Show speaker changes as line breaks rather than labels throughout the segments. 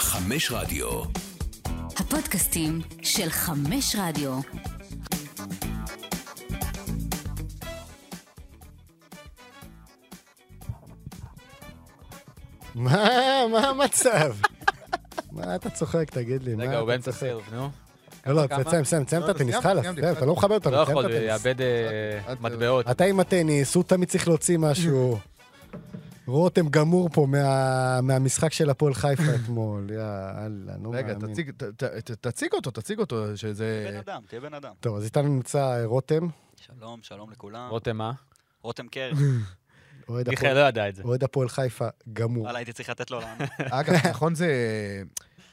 חמש רדיו.
הפודקאסטים של חמש רדיו.
מה, מה המצב? מה אתה צוחק, תגיד לי, מה
רגע, הוא
אתה
באמצע
צוחק?
סירב, נו.
לא, לא,
כמה?
תסיים, תסיים, תסיים את
לא, לא,
הטניס,
סיימתי,
חלאס,
סיימתי,
תסיים, אתה לא מכבד אותנו,
לא
תסיים
יכול,
את הטניס.
יאבד אה,
אל ת-
מטבעות.
אתה עם הטניס, הוא תמיד צריך להוציא משהו. רותם גמור פה מה- מהמשחק של הפועל חיפה אתמול, יאללה, נו
רגע,
מאמין.
תציג- ת- ת- ת- תציג אותו, תציג אותו,
בן
שזה...
אדם, תהיה בן אדם.
טוב, אז איתנו נמצא אה, רותם,
שלום, שלום לכולם.
רותם מה?
רותם קרן.
אוהד
מיכאל
הפועל-
לא ידע את
אוקיי.
זה.
אוהד הפועל חיפה גמור.
וואלה, הייתי צריך לתת לו לענות.
אגב, נכון זה...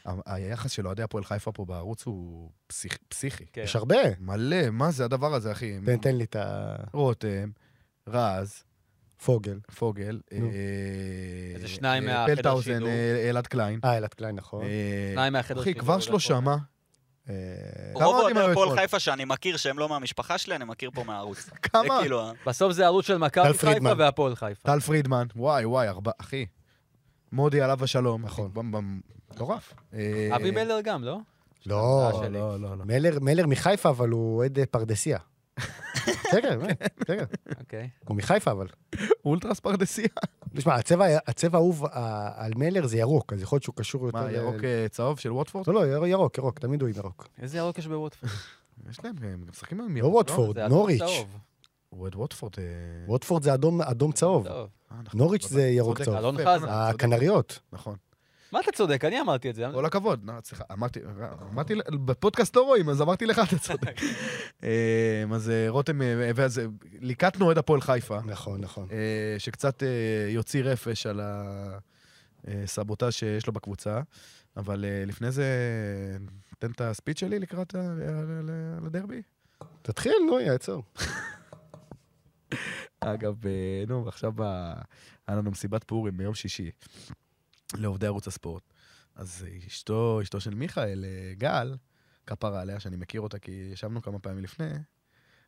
ה- היחס של אוהדי הפועל חיפה פה בערוץ הוא פסיכ- פסיכי.
כן.
יש הרבה.
מלא, מה זה הדבר הזה, אחי?
תן- תן לי את ה...
רותם, רז,
פוגל.
פוגל,
נו.
אה,
איזה שניים
אה,
מהחדר
פלטהאוזן,
שידור.
אה, אלעד קליין.
אה, אלעד קליין, נכון.
אה,
שניים מהחדר
אחי,
שידור לא
כבר
עולה
שלושה,
פה.
מה?
אה,
כמה
רוב
אוהדים
אוהדי
היו
הפועל
אתמול?
חיפה שאני מכיר שהם לא מהמשפחה שלי, אני מכיר פה מהערוץ. זה
כמה?
כאילו, ה-
בסוף זה ערוץ של מכבי
טל
חיפה
פרידמן.
והפועל חיפה.
טל פרידמן, וואי, וואי, ארבע, אחי. מודי עליו השלום.
נכון.
במ- במ- מטורף. אה,
אבי מלר גם, לא?
לא,
שלי.
לא, לא, לא.
מלר, מלר מחיפה, אבל הוא אוהד אה, פרדסיה. כן, כן, כן, כן.
אוקיי.
הוא מחיפה, אבל.
אולטרס פרדסיה.
תשמע, הצבע הצבע האהוב אה, על מלר זה ירוק, אז יכול להיות שהוא קשור יותר...
מה,
ל-
ירוק אה, צהוב של ווטפורד?
לא, לא, יר- ירוק, ירוק, תמיד הוא עם ירוק.
איזה ירוק יש בווטפורד?
יש להם, אה, הם משחקים עם
לא
ירוק,
ווטפורד,
זה אדום
נוריץ'.
צהוב.
הוא אוהד ווטפורד. אה,
ווטפורד זה אדום- אדום צהוב.
טוב.
אה, אנחנו-
נוריץ' זה ירוק
צודק,
צהוב.
אלון
יפה,
חזן.
אה, צודק.
הכנריות.
נכון.
מה אתה צודק? אני אמרתי את זה.
כל הכבוד, נו, סליחה, אמרתי, אמרתי, ל- בפודקאסט לא רואים, אז אמרתי לך, אתה צודק. אה, אז אה, רותם, אה, ואז אה, ליקטנו אוהד הפועל חיפה,
נכון, נכון.
אה, שקצת אה, יוציא רפש על הסבוטה שיש לו בקבוצה, אבל אה, לפני זה, תן את הספיץ שלי לקראת ה- אה, ל- ל- לדרבי.
תתחיל, נו, יעצור.
אגב, אה, נו, עכשיו ב- היה לנו מסיבת פורים ביום שישי לעובדי ערוץ הספורט. אז אה, אשתו, אשתו של מיכאל, אה, גל, כפרה עליה, שאני מכיר אותה כי ישבנו כמה פעמים לפני,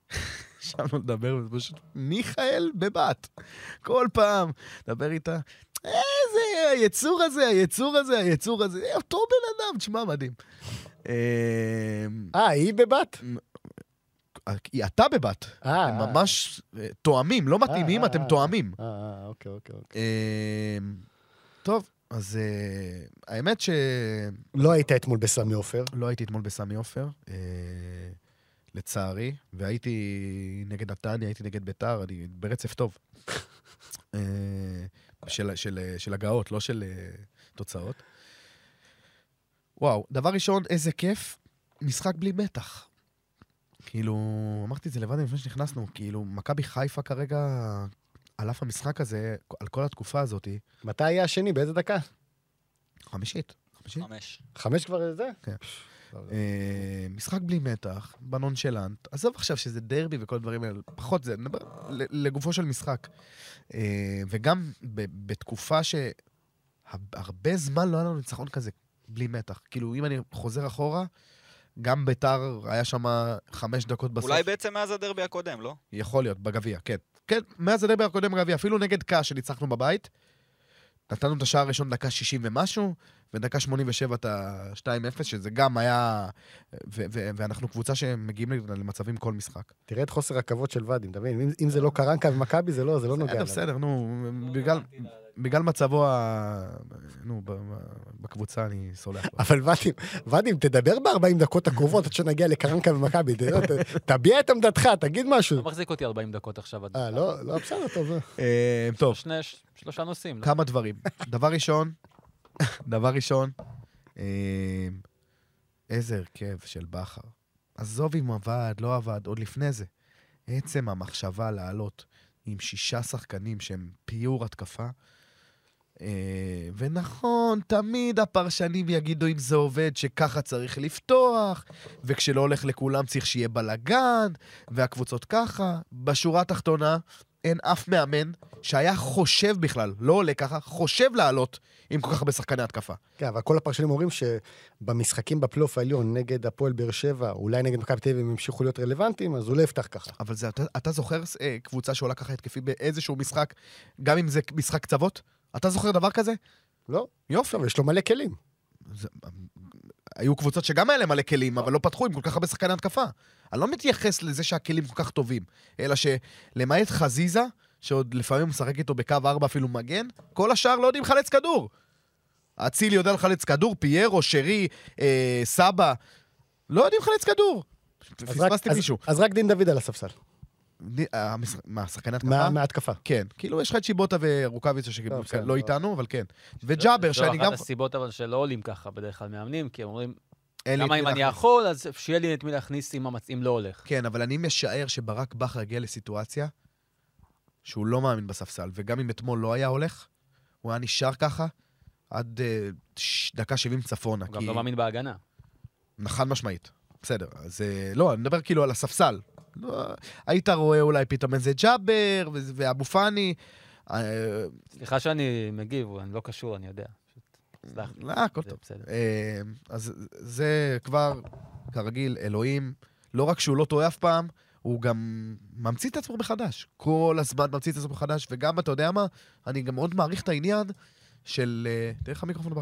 ישבנו לדבר, וזה פשוט מיכאל בבת. כל פעם, דבר איתה, איזה היצור הזה, היצור הזה, היצור הזה, אה, אותו בן אדם, תשמע, מדהים. אה,
אה, היא בבת?
היא אתה בבת,
אה, אה.
הם ממש אה, תואמים, לא מתאימים,
אה,
אתם
אה.
תואמים.
אה, אה, אוקיי, אוקיי, אוקיי.
אמ, טוב, אז אה, האמת שלא
לא היית אתמול בסמי עופר.
הייתי אתמול בסמי עופר, אה, לצערי, והייתי נגד נתניה, הייתי נגד ביתר, אני ברצף טוב. אה, של- של אה, של הגעות, לא של אה, תוצאות. וואו, דבר ראשון, איזה כיף, משחק בלי מתח. כאילו, אמרתי את זה לבד לפני שנכנסנו, כאילו, מכבי חיפה כרגע, על אף המשחק הזה, על כל התקופה הזאת,
מתי היה השני? באיזה דקה?
חמישית. חמישית?
חמש.
חמש כבר זה?
כן.
לא, לא.
אה, משחק בלי מתח, בנונשלנט. עזוב עכשיו שזה דרבי וכל הדברים האלה, פחות זה, נדבר ל- לגופו של משחק. אה, וגם ב- בתקופה שהרבה זמן לא היה לנו ניצחון כזה בלי מתח. כאילו, אם אני חוזר אחורה, גם ביתר היה שם חמש דקות בסוף.
אולי בעצם מאז הדרבי הקודם, לא?
יכול להיות, בגביע, כן. כן, מאז הדרבי הקודם בגביע, אפילו נגד קאש שניצחנו בבית, נתנו את השער הראשון דקה 60 ומשהו, ודקה 87 את ה-2-0, שזה גם היה... ו- ו- ואנחנו קבוצה שמגיעים למצבים כל משחק.
תראה את חוסר הכבוד של ואדים, אתה מבין? אם- אם זה לא קרנקה ומכבי, זה לא זה לא נוגע
בסדר,
אליו.
בסדר, נו, בגלל- בגלל מצבו ה... נו, ב- בקבוצה אני סולח לו.
אבל ואדים, ואדים, תדבר ב-40 דקות הקרובות עד שנגיע לקרנקה ומכבי, אתה יודע, ת- תביע את עמדתך, תגיד משהו.
לא מחזיק אותי 40 דקות עכשיו. עד-
אה, לא, לא, בסדר, טוב.
אה, טוב,
שני, ש- שלושה נושאים. לא?
כמה דברים. דבר ראשון, דבר ראשון, אה, איזה הרכב של בכר. עזוב אם עבד, לא עבד, עוד לפני זה. עצם המחשבה לעלות עם שישה שחקנים שהם פיור התקפה, אה, ונכון, תמיד הפרשנים יגידו אם זה עובד, שככה צריך לפתוח, וכשלא הולך לכולם צריך שיהיה בלאגן, והקבוצות ככה. בשורה התחתונה, אין אף מאמן שהיה חושב בכלל, לא עולה ככה, חושב לעלות עם כל כך הרבה שחקני התקפה.
כן, אבל כל הפרשנים אומרים שבמשחקים בפלייאוף העליון נגד הפועל באר שבע, אולי נגד מכבי תל אביב, הם ימשיכו להיות רלוונטיים, אז הוא לא יפתח ככה.
אבל זה, אתה, אתה זוכר אה, קבוצה שעולה ככה התקפי באיזשהו משחק, גם אם זה משחק קצוות? אתה זוכר דבר כזה?
לא?
יופי.
טוב, יש לו מלא כלים.
זה- היו קבוצות שגם היה להם מלא כלים,
נכון.
אבל לא פתחו עם כל כך הרבה שחקני התקפה. אני לא מתייחס לזה שהכלים כל כך טובים, אלא שלמעט חזיזה, שעוד לפעמים הוא משחק איתו בקו 4 אפילו מגן, כל השאר לא יודעים לחלץ כדור. אצילי יודע לחלץ כדור, פיירו, שרי, אה, סבא, לא יודעים לחלץ כדור.
אז רק-
פספסתי
אז-
מישהו.
אז רק דין דוד על הספסל,
ני- המשחק- מה, שחקני התקפה?
מה- מההתקפה.
כן, כאילו יש לך את שיבוטה ורוקאביצה
טוב,
שכאילו
בסדר,
לא
טוב. לא
איתנו, אבל כן. וג'אבר, שאני
זו
גם...
אחת הסיבות אבל שלא עולים ככה בדרך כלל מאמנים, כי הם אומרים,
אין לי את
למה
מי
אם אני
להכניס.
יכול, אז שיהיה לי את מי להכניס אם המצ- אם לא הולך.
כן, אבל אני משער שברק בכר הגיע לסיטואציה שהוא לא מאמין בספסל, וגם אם אתמול לא היה הולך, הוא היה נשאר ככה עד אה, ש- דקה 70 צפונה.
הוא גם
כי-
לא מאמין בהגנה.
חד משמעית. בסדר, אז אה, לא, אני מדבר כאילו על הספסל. לא, היית רואה אולי פתאום איזה ג'אבר וזה- ואבו פאני. אה,
סליחה שאני מגיב, אני לא קשור, אני יודע. פשוט, סלח לי.
לא, הכל
זה
טוב.
בסדר.
אה, אז זה כבר, כרגיל, אלוהים, לא רק שהוא לא טועה אף פעם, הוא גם ממציא את עצמו מחדש. כל הזמן ממציא את עצמו מחדש, וגם, אתה יודע מה, אני גם מאוד מעריך את העניין של... אה, תראה איך המיקרופון הבא.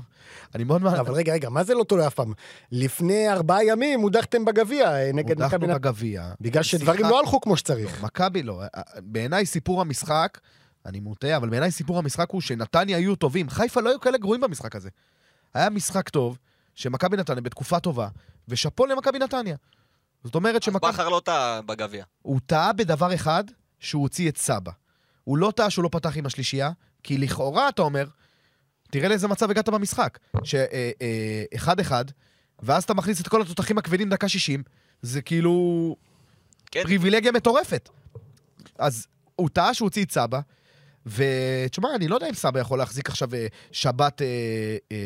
אני מאוד מעריך...
אבל רגע, רגע, מה זה לא תולה אף פעם? לפני ארבעה ימים הודחתם בגביע אה, נגד
הודחנו
מכבי נתניה.
בגביע. אה,
בגלל שדברים
שיחק-
לא הלכו כמו שצריך.
מכבי לא. אה, אה, בעיניי סיפור המשחק, אני מוטה, אבל בעיניי סיפור המשחק הוא שנתניה היו טובים. חיפה לא היו כאלה גרועים במשחק הזה. היה משחק טוב, שמכבי נתניה בתקופה טובה, ושאפו למכבי נתניה. זאת אומרת שמכבי...
בכר לא טעה בגביע.
הוא טעה בדבר אחד, שהוא הוציא את סבא. הוא לא טעה שהוא לא פתח עם השלישייה, כי לכאורה, אתה אומר, תראה לאיזה מצב הגעת במשחק. שאחד-אחד, ואז אתה מכניס את כל התותחים הכבדים דקה 60, זה כאילו...
כן.
פריבילגיה מטורפת. אז הוא טעה שהוא הוציא את סבא, ותשמע, אני לא יודע אם סבא יכול להחזיק עכשיו אה, שבת, אה, אה,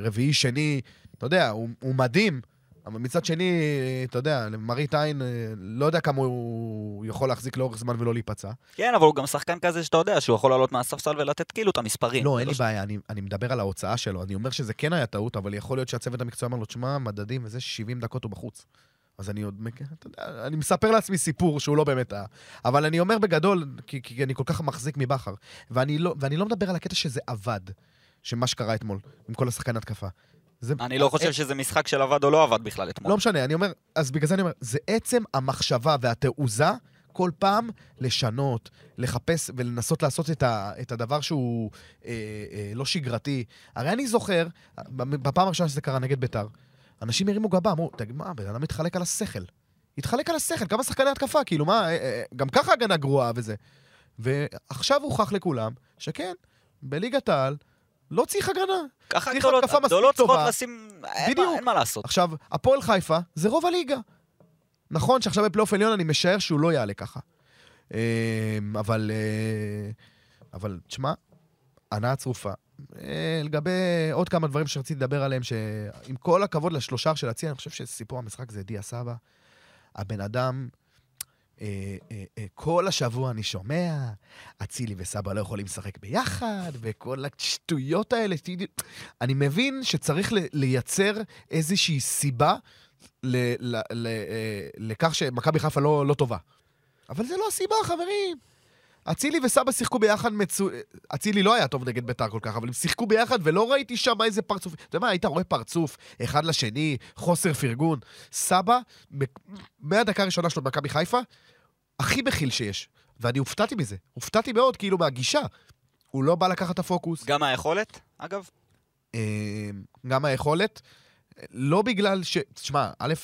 רביעי, שני, אתה יודע, הוא, הוא מדהים, אבל מצד שני, אה, אתה יודע, למראית עין, אה, לא יודע כמה הוא יכול להחזיק לאורך זמן ולא להיפצע.
כן, אבל הוא גם שחקן כזה שאתה יודע שהוא יכול לעלות מהספסל ולתת כאילו את המספרים.
לא,
זה
אין לי
ש-
בעיה, אני, אני מדבר על ההוצאה שלו. אני אומר שזה כן היה טעות, אבל יכול להיות שהצוות המקצועי אמר לו, תשמע, מדדים וזה, 70 דקות הוא בחוץ. אז אני עוד... מק- אתה יודע, אני מספר לעצמי סיפור שהוא לא באמת היה. אבל אני אומר בגדול, כי, כי אני כל כך מחזיק מבכר. ואני לא, ואני לא מדבר על הקטע שזה עבד, שמה שקרה אתמול, עם כל השחקן התקפה. זה,
אני לא חושב שזה משחק של עבד או לא עבד בכלל אתמול.
לא משנה, אני אומר, אז בגלל זה אני אומר, זה עצם המחשבה והתעוזה כל פעם לשנות, לחפש ולנסות לעשות את, ה, את הדבר שהוא אה, אה, לא שגרתי. הרי אני זוכר, בפעם הראשונה שזה קרה נגד ביתר, אנשים הרימו גבה, אמרו, תגיד, מה, בן אדם מתחלק על השכל. התחלק על השכל, כמה שחקני התקפה, כאילו, מה, אה, אה, גם ככה הגנה גרועה וזה. ועכשיו הוכח לכולם שכן, בליגת העל לא צריך הגנה.
ככה
צריך
הגדולות,
התקפה מספיק
הגדולות צריכות
טובה.
לשים... אין
בדיוק.
מה- אין מה לעשות.
עכשיו, הפועל חיפה זה רוב הליגה. נכון שעכשיו בפלייאוף עליון אני משער שהוא לא יעלה ככה. אמ, אבל, אה, אבל תשמע, הנאה צרופה. אה, לגבי עוד כמה דברים שרציתי לדבר עליהם, שעם כל הכבוד לשלושה של הצי, אני חושב שסיפור המשחק זה דיה סבא. הבן אדם, אה, אה, אה, כל השבוע אני שומע, אצילי וסבא לא יכולים לשחק ביחד, וכל השטויות האלה. שתדעו- אני מבין שצריך ל- לייצר איזושהי סיבה ל- ל- ל- אה, לכך שמכבי חיפה לא, לא טובה. אבל זה לא הסיבה, חברים. אצילי וסבא שיחקו ביחד מצו... אצילי לא היה טוב נגד ביתר כל כך, אבל הם שיחקו ביחד ולא ראיתי שם איזה פרצוף. אתה יודע מה, היית רואה פרצוף אחד לשני, חוסר פרגון. סבא, מ- מהדקה הראשונה שלו במכבי חיפה, הכי מכיל שיש. ואני הופתעתי מזה. הופתעתי מאוד, כאילו, מהגישה. הוא לא בא לקחת את הפוקוס.
גם היכולת, אגב.
אה, גם היכולת. לא בגלל ש... תשמע, א',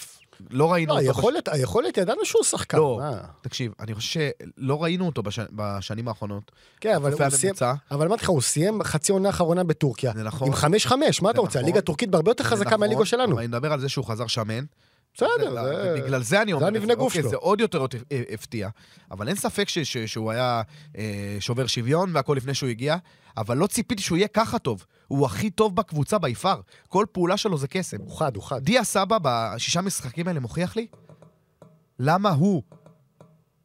לא ראינו
לא,
אותו... בש-
היכולת, היכולת, ידענו שהוא שחקן.
לא.
מה?
תקשיב, אני חושב שלא ראינו אותו בש... בשנים האחרונות.
כן, אבל
אלופי
הוא סיים...
הממוצע.
אבל אמרתי לך, הוא סיים חצי עונה האחרונה בטורקיה.
זה נכון.
עם 5-5, מה אתה רוצה?
זה נכון.
הליגה הטורקית בהרבה יותר
זה
חזקה
נכון,
מהליגה שלנו.
אבל אני מדבר על זה שהוא חזר שמן.
בסדר,
זה-
זה...
בגלל זה אני אומר, את
המבנה גוף
אוקיי,
שלו.
זה עוד יותר אותי- אה, הפתיע, אבל אין ספק ש- ש- שהוא היה אה, שובר שוויון והכל לפני שהוא הגיע, אבל לא ציפיתי שהוא יהיה ככה טוב. הוא הכי טוב בקבוצה ביפר. כל פעולה שלו זה קסם.
הוא חד, הוא חד.
דיה סבא בשישה משחקים האלה מוכיח לי למה הוא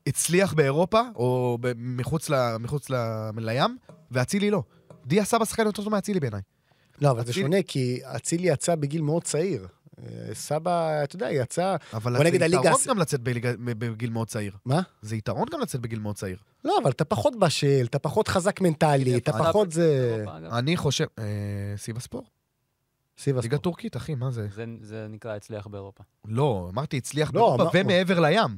הצליח באירופה, או ב- מחוץ, ל, מחוץ ל, לים, ואצילי לא. דיה סבא שחקן יותר טוב מאצילי בעיניי.
לא, אבל זה
אצילי-
שונה, כי אצילי יצא בגיל מאוד צעיר. אה, סבא, אתה יודע, יצא...
אבל
בוא
זה
נגיד, הליגה
יתרון
הס-
גם לצאת בליגה- בגיל מאוד צעיר.
מה?
זה יתרון גם לצאת בגיל מאוד צעיר.
לא, אבל אתה פחות בשל, אתה פחות חזק מנטלי, אתה
אני-
פחות זה...
אירופה, אגב.
אני חושב... אה, סיב הספור?
סיב
ליגה
הספורט.
טורקית, אחי, מה זה?
זה- זה נקרא הצליח באירופה.
לא, אמרתי, הצליח
לא,
באירופה
אמר-
ומעבר לים.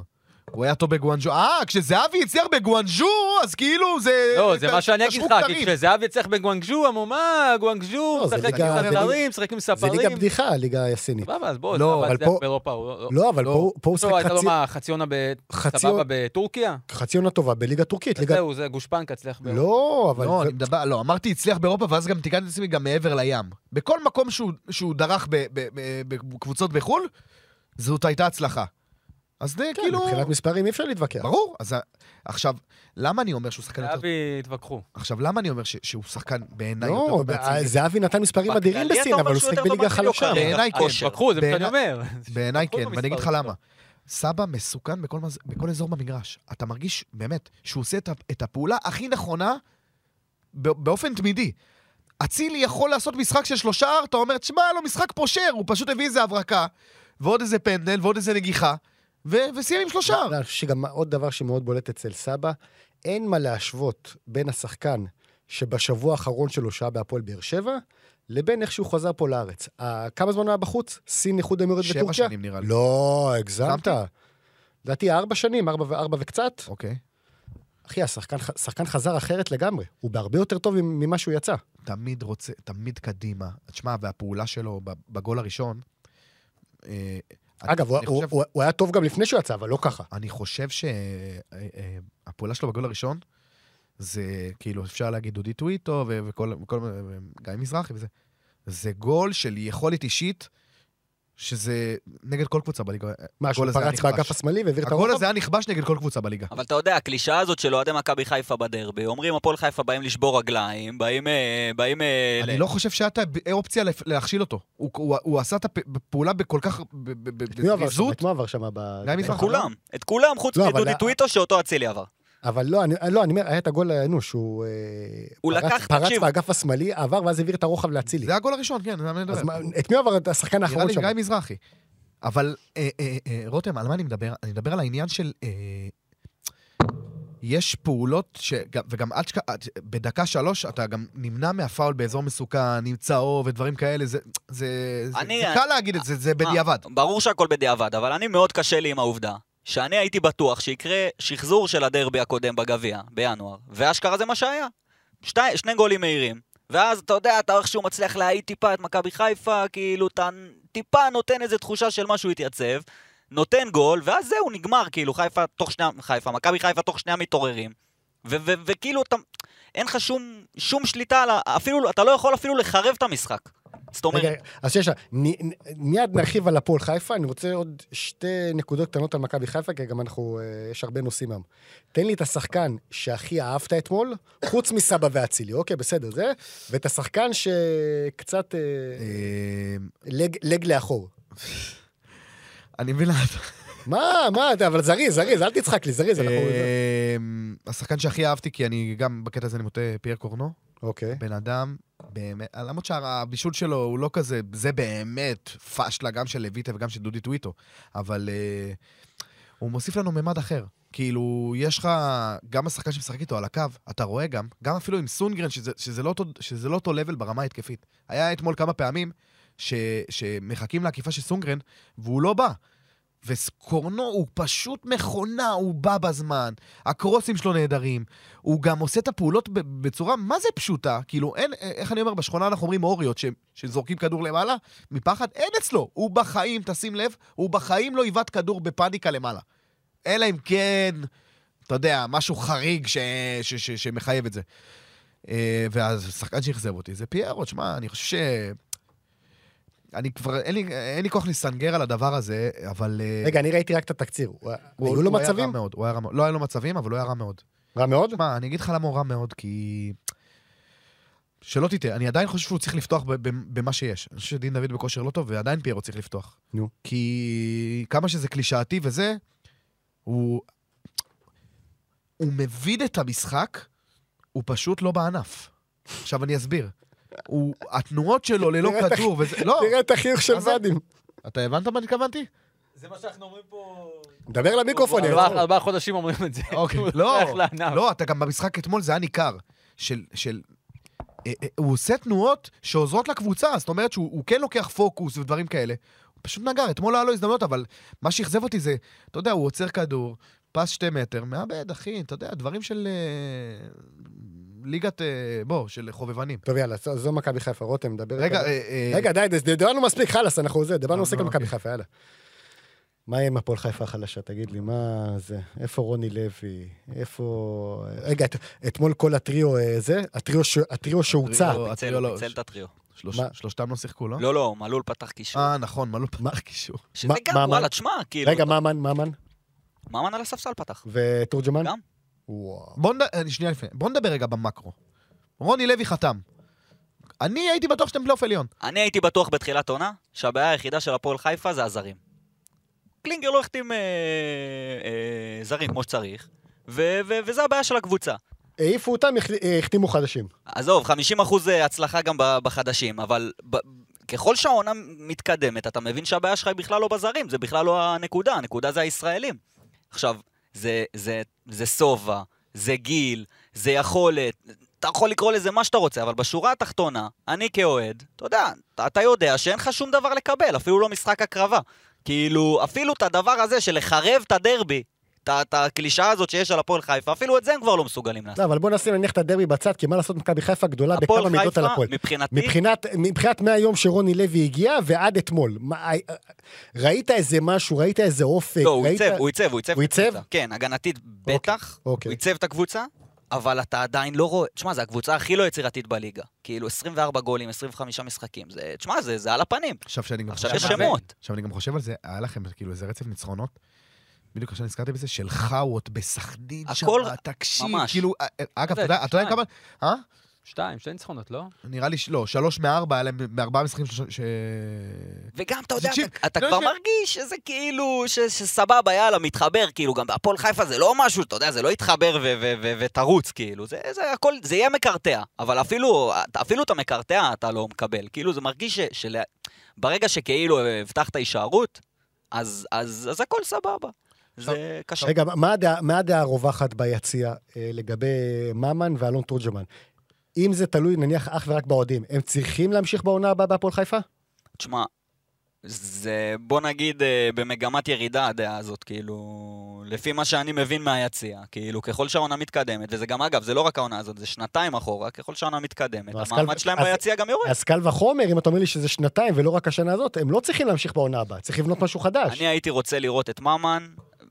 הוא היה טוב בגואנג'ו. אה, כשזהבי הצליח בגואנג'ו, אז כאילו
אה,
זה...
לא, זה מה שאני אגיד
קשרו
לך, כי
כתרים.
כשזהבי יצליח בגואנג'ו, המומה, גואנג'ו,
לא, זה
משחק
ליגה-
עם
זה
חדרים, משחק עם
זה ליגה
ספרים.
בדיחה, הליגה הסינית.
סבבה, אז בוא,
לא,
סבבה,
אבל
הצליח
פה-
באירופה. הוא לא-
לא, אבל
לא.
פה הוא- פה הוא
לא,
שחק
הייתה לו
חצי-
מה, חצי עונה ב-
חצי
סבבה
עונה-
בטורקיה?
חצי עונה טובה בליגה טורקית. ליגה-
זהו, זה גושפנקה, הצליח באירופה.
לא, אבל...
לא,
זה-
אני מדבר, לא, אמרתי הצליח באירופה, ואז גם תיקנתי את עצמי גם מעבר לים. בכל מקום שהוא- שהוא דרך ב- ב- ב- בקבוצות בחו"ל, זאת הייתה הצלחה. אז זה
כן,
כאילו...
מבחינת מספרים אי אפשר להתווכח.
ברור. אז ה- עכשיו, למה אני אומר שהוא
כן,
שחקן יותר...
זהבי התווכחו.
עכשיו, למה אני אומר ש- שהוא שחקן בעיניי יותר
לא,
טוב מהצעירים?
זאבי נתן מספרים אדירים
בכללי אתה
בסין,
אומר
אבל הוא
שהוא
שיחק
יותר טוב
בליגה
מאפילו
חלשה.
קרן.
בעיניי
כושר.
כן.
אה, התווכחו, זה מה שאני אומר.
בעיניי
התווכחו
כן, ואני אגיד לך
במספרים
למה. סבא מסוכן בכל, מז... בכל אזור במגרש. אתה מרגיש, באמת, שהוא עושה את, ה... את הפעולה הכי נכונה ב... באופן תמידי. אצילי יכול לעשות משחק של שלושה אר, אתה אומר, תשמע, לו משחק פושר, הוא פשוט הביא איזה הברקה, ועוד איזה פנדל, ועוד איזה נגיחה, ו... וסיים עם שלושה אר.
אני חושב שגם עוד דבר שמאוד בולט אצל סבא, אין מה להשוות בין השחקן שבשבוע האחרון שלו שהה בהפועל באר שבע, לבין איך שהוא חזר פה לארץ. אה, כמה זמן הוא היה בחוץ? סין, איחוד האמירויות
שבע
וטורקיה?
שנים, נראה לי.
לא, הגזמת.
הגזמתי?
לדעתי ארבע שנים, ארבע ו- ארבע וקצת.
אוקיי.
אחי, השחקן ח- שחקן חזר אחרת לגמרי. הוא בהרבה יותר טוב ממה שהוא יצא.
תמיד רוצה, תמיד קדימה. תשמע, והפעולה שלו ב- בגול הראשון... אה,
אגב, הוא-
אני
הוא-
חושב-
הוא הוא היה טוב גם לפני שהוא יצא, אבל לא ככה.
אני חושב אה, שהפעולה אה, שלו בגול הראשון, זה כאילו, אפשר להגיד דודי טוויטו ו- וכל, וכל גיא מזרחי וזה, זה גול של יכולת אישית, שזה נגד כל קבוצה בליגה.
מה, שהוא
הזה היה
פרץ באגף
נכבש.
השמאלי והעביר את
הגול
הרוחב?
הזה היה נכבש נגד כל קבוצה בליגה.
אבל אתה יודע, הקלישאה הזאת של אוהדי מכבי חיפה בדרבי, אומרים הפועל חיפה באים לשבור רגליים, באים... אה, באים... אה,
אני
ל-
לא חושב שהייתה ב- אופציה לפ- להכשיל אותו. הוא- הוא הוא עשה את הפ- הפעולה בכל כך... ב- ב- ב-
את מי הוא עבר שם?
בזריזות.
את מי הוא עבר שם? ב-
גיא מזרחי.
כולם, את כולם חוץ
לא, אבל
מדודי
ה-
טוויטו שאותו אצילי עבר.
אבל לא, אני לא, אני אומר, היה את הגול האנוש, שהוא אה,
הוא
פרץ-
לקח-
פרץ
תקשיב.
באגף השמאלי, עבר ואז העביר את הרוחב לאצילי.
זה הגול הראשון, כן, זה מה אני מדבר.
אז מה, את מי עבר השחקן
נראה
האחרון
לי
שם?
גיא מזרחי. אבל, אה, אה, אה, רותם, על מה אני מדבר? אני מדבר על העניין של... אה, יש פעולות, ש... וגם עד שכ... עד- בדקה שלוש אתה גם נמנע מהפאול באזור מסוכן, עם צהוב ודברים כאלה, זה, זה, זה,
אני-
זה קל להגיד את זה, זה בדיעבד.
מה, אה, ברור שהכל בדיעבד, אבל אני מאוד קשה לי עם העובדה שאני הייתי בטוח שיקרה שחזור של הדרבי הקודם בגביע, בינואר, ואשכרה זה מה שהיה. שתי, שני גולים מהירים, ואז אתה יודע, אתה איכשהו מצליח להעיד טיפה את מכבי חיפה, כאילו אתה טיפה נותן איזו תחושה של משהו התייצב, נותן גול, ואז זהו, נגמר, כאילו חיפה תוך שנייה, חיפה, מכבי חיפה תוך שנייה מתעוררים, ו- ו- וכאילו אתה, אין לך שום, שום שליטה על ה... אפילו, אתה לא יכול אפילו לחרב את המשחק. זאת אומרת,
רגע, אז שיש, נ- נ- מיד נרחיב על הפועל חיפה, אני רוצה עוד שתי נקודות קטנות על מכבי חיפה, כי גם אנחנו, אה, יש הרבה נושאים היום. תן לי את השחקן שהכי אהבת אתמול, חוץ מסבא ואצילי, אוקיי, בסדר, זה, ואת השחקן שקצת אה,
אה,
לג- לג לאחור.
אני מבין לאט.
מה, מה, אתה- אבל זריז, זריז, אל תצחק לי, זריז, אנחנו...
אה, השחקן שהכי אהבתי, כי אני גם בקטע הזה אני מוטה פייר קורנו,
אוקיי.
בן אדם, באמת, למרות שהבישול שלו הוא לא כזה, זה באמת פשלה גם של לויטה וגם של דודי טוויטו, אבל אה, הוא מוסיף לנו ממד אחר. כאילו, יש לך, גם השחקן שמשחק איתו על הקו, אתה רואה גם, גם אפילו עם סונגרן, שזה, שזה, לא, אותו, שזה לא אותו לבל ברמה ההתקפית. היה אתמול כמה פעמים ש, שמחכים לעקיפה של סונגרן, והוא לא בא. וקורנו הוא פשוט מכונה, הוא בא בזמן, הקרוסים שלו נהדרים, הוא גם עושה את הפעולות ב- בצורה מה זה פשוטה, כאילו אין, איך אני אומר, בשכונה אנחנו אומרים אוריות ש, שזורקים כדור למעלה, מפחד, אין אצלו, הוא בחיים, תשים לב, הוא בחיים לא עיוות כדור בפאניקה למעלה. אלא אם כן, אתה יודע, משהו חריג ש, ש, ש, שמחייב את זה. אה, ואז השחקן שאכזב אותי זה פיירו, שמע, אני חושב ש... אני כבר, אין לי, אין לי כוח לסנגר על הדבר הזה, אבל... אה,
רגע, אני ראיתי רק את התקציר. הוא- היו לו
הוא היה רע
מצבים?
מאוד, לא. הוא היה רע מאוד. לא היה לו מצבים, אבל הוא היה רע מאוד.
רע מאוד?
מה, אני אגיד לך למה הוא רע מאוד, כי... שלא תטעה, אני עדיין חושב שהוא צריך לפתוח ב- ב- במה שיש. אני חושב שדין דוד בכושר לא טוב, ועדיין פיירו צריך לפתוח.
נו.
כי כמה שזה קלישאתי וזה, הוא... הוא מבין את המשחק, הוא פשוט לא בענף. עכשיו אני אסביר. הוא, התנועות שלו ללא
תראה את הח-
כדור, וזה... לא,
תראה את החיוך של
מה זה?
ואדים.
אתה הבנת מה אני התכוונתי?
זה מה שאנחנו אומרים פה...
דבר למיקרופון,
ארבעה-
ירון.
ארבעה חודשים אומרים את זה.
אוקיי,
הוא
לא,
שייך לענף.
לא, אתה גם במשחק אתמול, זה היה ניכר. של, של אה, אה, הוא עושה תנועות שעוזרות לקבוצה, זאת אומרת שהוא הוא כן לוקח פוקוס ודברים כאלה. הוא פשוט נגר, אתמול היה לו הזדמנות, אבל מה שאכזב אותי זה, אתה יודע, הוא עוצר כדור, פס שתי מטר, מאבד, אחי, אתה יודע, דברים של אה, ליגת, אה, בוא, של חובבנים.
טוב, יאללה, זו- זו מכבי חיפה, רותם, דבר.
רגע,
אתה-
אה, אה,
רגע, די, די, די, דיברנו מספיק, חלאס, אנחנו זה, דיברנו
אה,
מספיק על
אה,
מכבי
אוקיי.
חיפה, יאללה. מה יהיה עם הפועל חיפה החלשה? תגיד לי, מה זה? איפה רוני לוי? איפה... רגע, את- אתמול כל הטריו אה, זה? הטריו ש- הטריו שהוצא.
הטריו-
פיצל, הוא
לא,
פיצל
ש-
את הטריו.
שלוש-
מה?
שלושתם לא שיחקו, לא?
לא, לא, מלול פתח קישור.
אה, נכון, מלול פתח קישור.
שזה
אה? מה-
גם,
מה אמרת?
וואלה, תשמע, כאילו,
רגע,
לא.
ממן, ממן
ממן על הספסל פתח.
ותורג'מן?
גם.
וואו.
בוא, נד... אה, שנייה לפני, בוא נדבר רגע במקרו. רוני לוי חתם. אני הייתי בטוח שאתם פלייאוף עליון.
אני הייתי בטוח בתחילת עונה שהבעיה היחידה של הפועל חיפה זה הזרים. קלינגר לא החתים אה, אה, זרים כמו שצריך, ו- ו- וזה הבעיה של הקבוצה.
העיפו אותם, החת- אה, החתימו חדשים.
עזוב, 50% הצלחה גם ב- בחדשים, אבל ב- ככל שהעונה מתקדמת, אתה מבין שהבעיה שלך היא בכלל לא בזרים, זה בכלל לא הנקודה, הנקודה זה הישראלים. עכשיו, זה, זה, זה סובה, זה גיל, זה יכולת, אתה יכול לקרוא לזה מה שאתה רוצה, אבל בשורה התחתונה, אני כאוהד, אתה יודע, אתה- אתה יודע שאין לך שום דבר לקבל, אפילו לא משחק הקרבה. כאילו, אפילו את הדבר הזה של לחרב את הדרבי, את ה- את הקלישאה הזאת שיש על הפועל חיפה, אפילו את זה הם כבר לא מסוגלים לעשות.
לא, אבל בוא נשים נניח את הדרבי בצד, כי מה לעשות, מכבי חיפה גדולה בכמה מידות על הפועל.
מבחינתי,
מבחינת, מבחינת מהיום שרוני לוי הגיע ועד אתמול. מה, אה, אה, ראית איזה משהו, ראית איזה אופק?
לא, הוא
ראית...
עיצב, הוא עיצב, הוא עיצב.
הוא
את הקבוצה.
עיצב?
כן, הגנתית בטח,
אוקיי.
הוא עיצב את הקבוצה, אבל אתה עדיין לא רואה, תשמע, זו הקבוצה הכי לא יצירתית בליגה. כאילו, 24 גולים, 25 משחקים, זה, תשמע, זה זה על הפנים.
עכשיו שאני גם
עכשיו
חושב
יש
על זה-
שמות.
עכשיו אני גם חושב על זה, היה לכם כאילו איזה רצף ניצחונות. בדיוק עכשיו נזכרתי בזה, של חאוות בסכנין שם,
הכל-
תקשיב,
ממש.
כאילו, אה, אה, אגב, אתה יודע, אתה יודע
שניים.
כמה, אה?
שתיים, שתי ניצחונות, לא?
נראה לי שלא, שלוש מארבע, היה להם בארבעה משחקים שלושה- ש...
וגם, אתה יודע,
תקשיב,
אתה, אתה
לא
כבר
ש-
מרגיש שזה כאילו, ש, שסבבה, יאללה, מתחבר, כאילו, גם בהפועל חיפה זה לא משהו, אתה יודע, זה לא יתחבר ו- ו- ו- ותרוץ, כאילו, זה, זה הכל, זה יהיה מקרטע, אבל אפילו, אפילו את המקרטע אתה לא מקבל, כאילו, זה מרגיש ש- של... ברגע שכאילו הבטחת הישארות, אז, אז, אז הכל סבבה. זה קשה.
רגע, מה הדעה- מה הדעה הרווחת ביציע אה, לגבי ממן ואלון תורג'מן? אם זה תלוי נניח אך ורק באוהדים, הם צריכים להמשיך בעונה הבאה בהפועל חיפה?
תשמע, זה, בוא נגיד, אה, במגמת ירידה הדעה הזאת, כאילו, לפי מה שאני מבין מהיציע, כאילו, ככל שהעונה מתקדמת, וזה גם, אגב, זה לא רק העונה הזאת, זה שנתיים אחורה, ככל שהעונה מתקדמת,
נו, אז
המעמד
קל-
שלהם
אז-
ביציע גם יורד.
אז קל וחומר, אם אתה אומר לי שזה שנתיים ולא רק השנה הזאת, הם לא צריכים להמשיך בעונה הבאה, צריך לבנות משהו חדש.
אני הייתי רוצה לראות את ממן.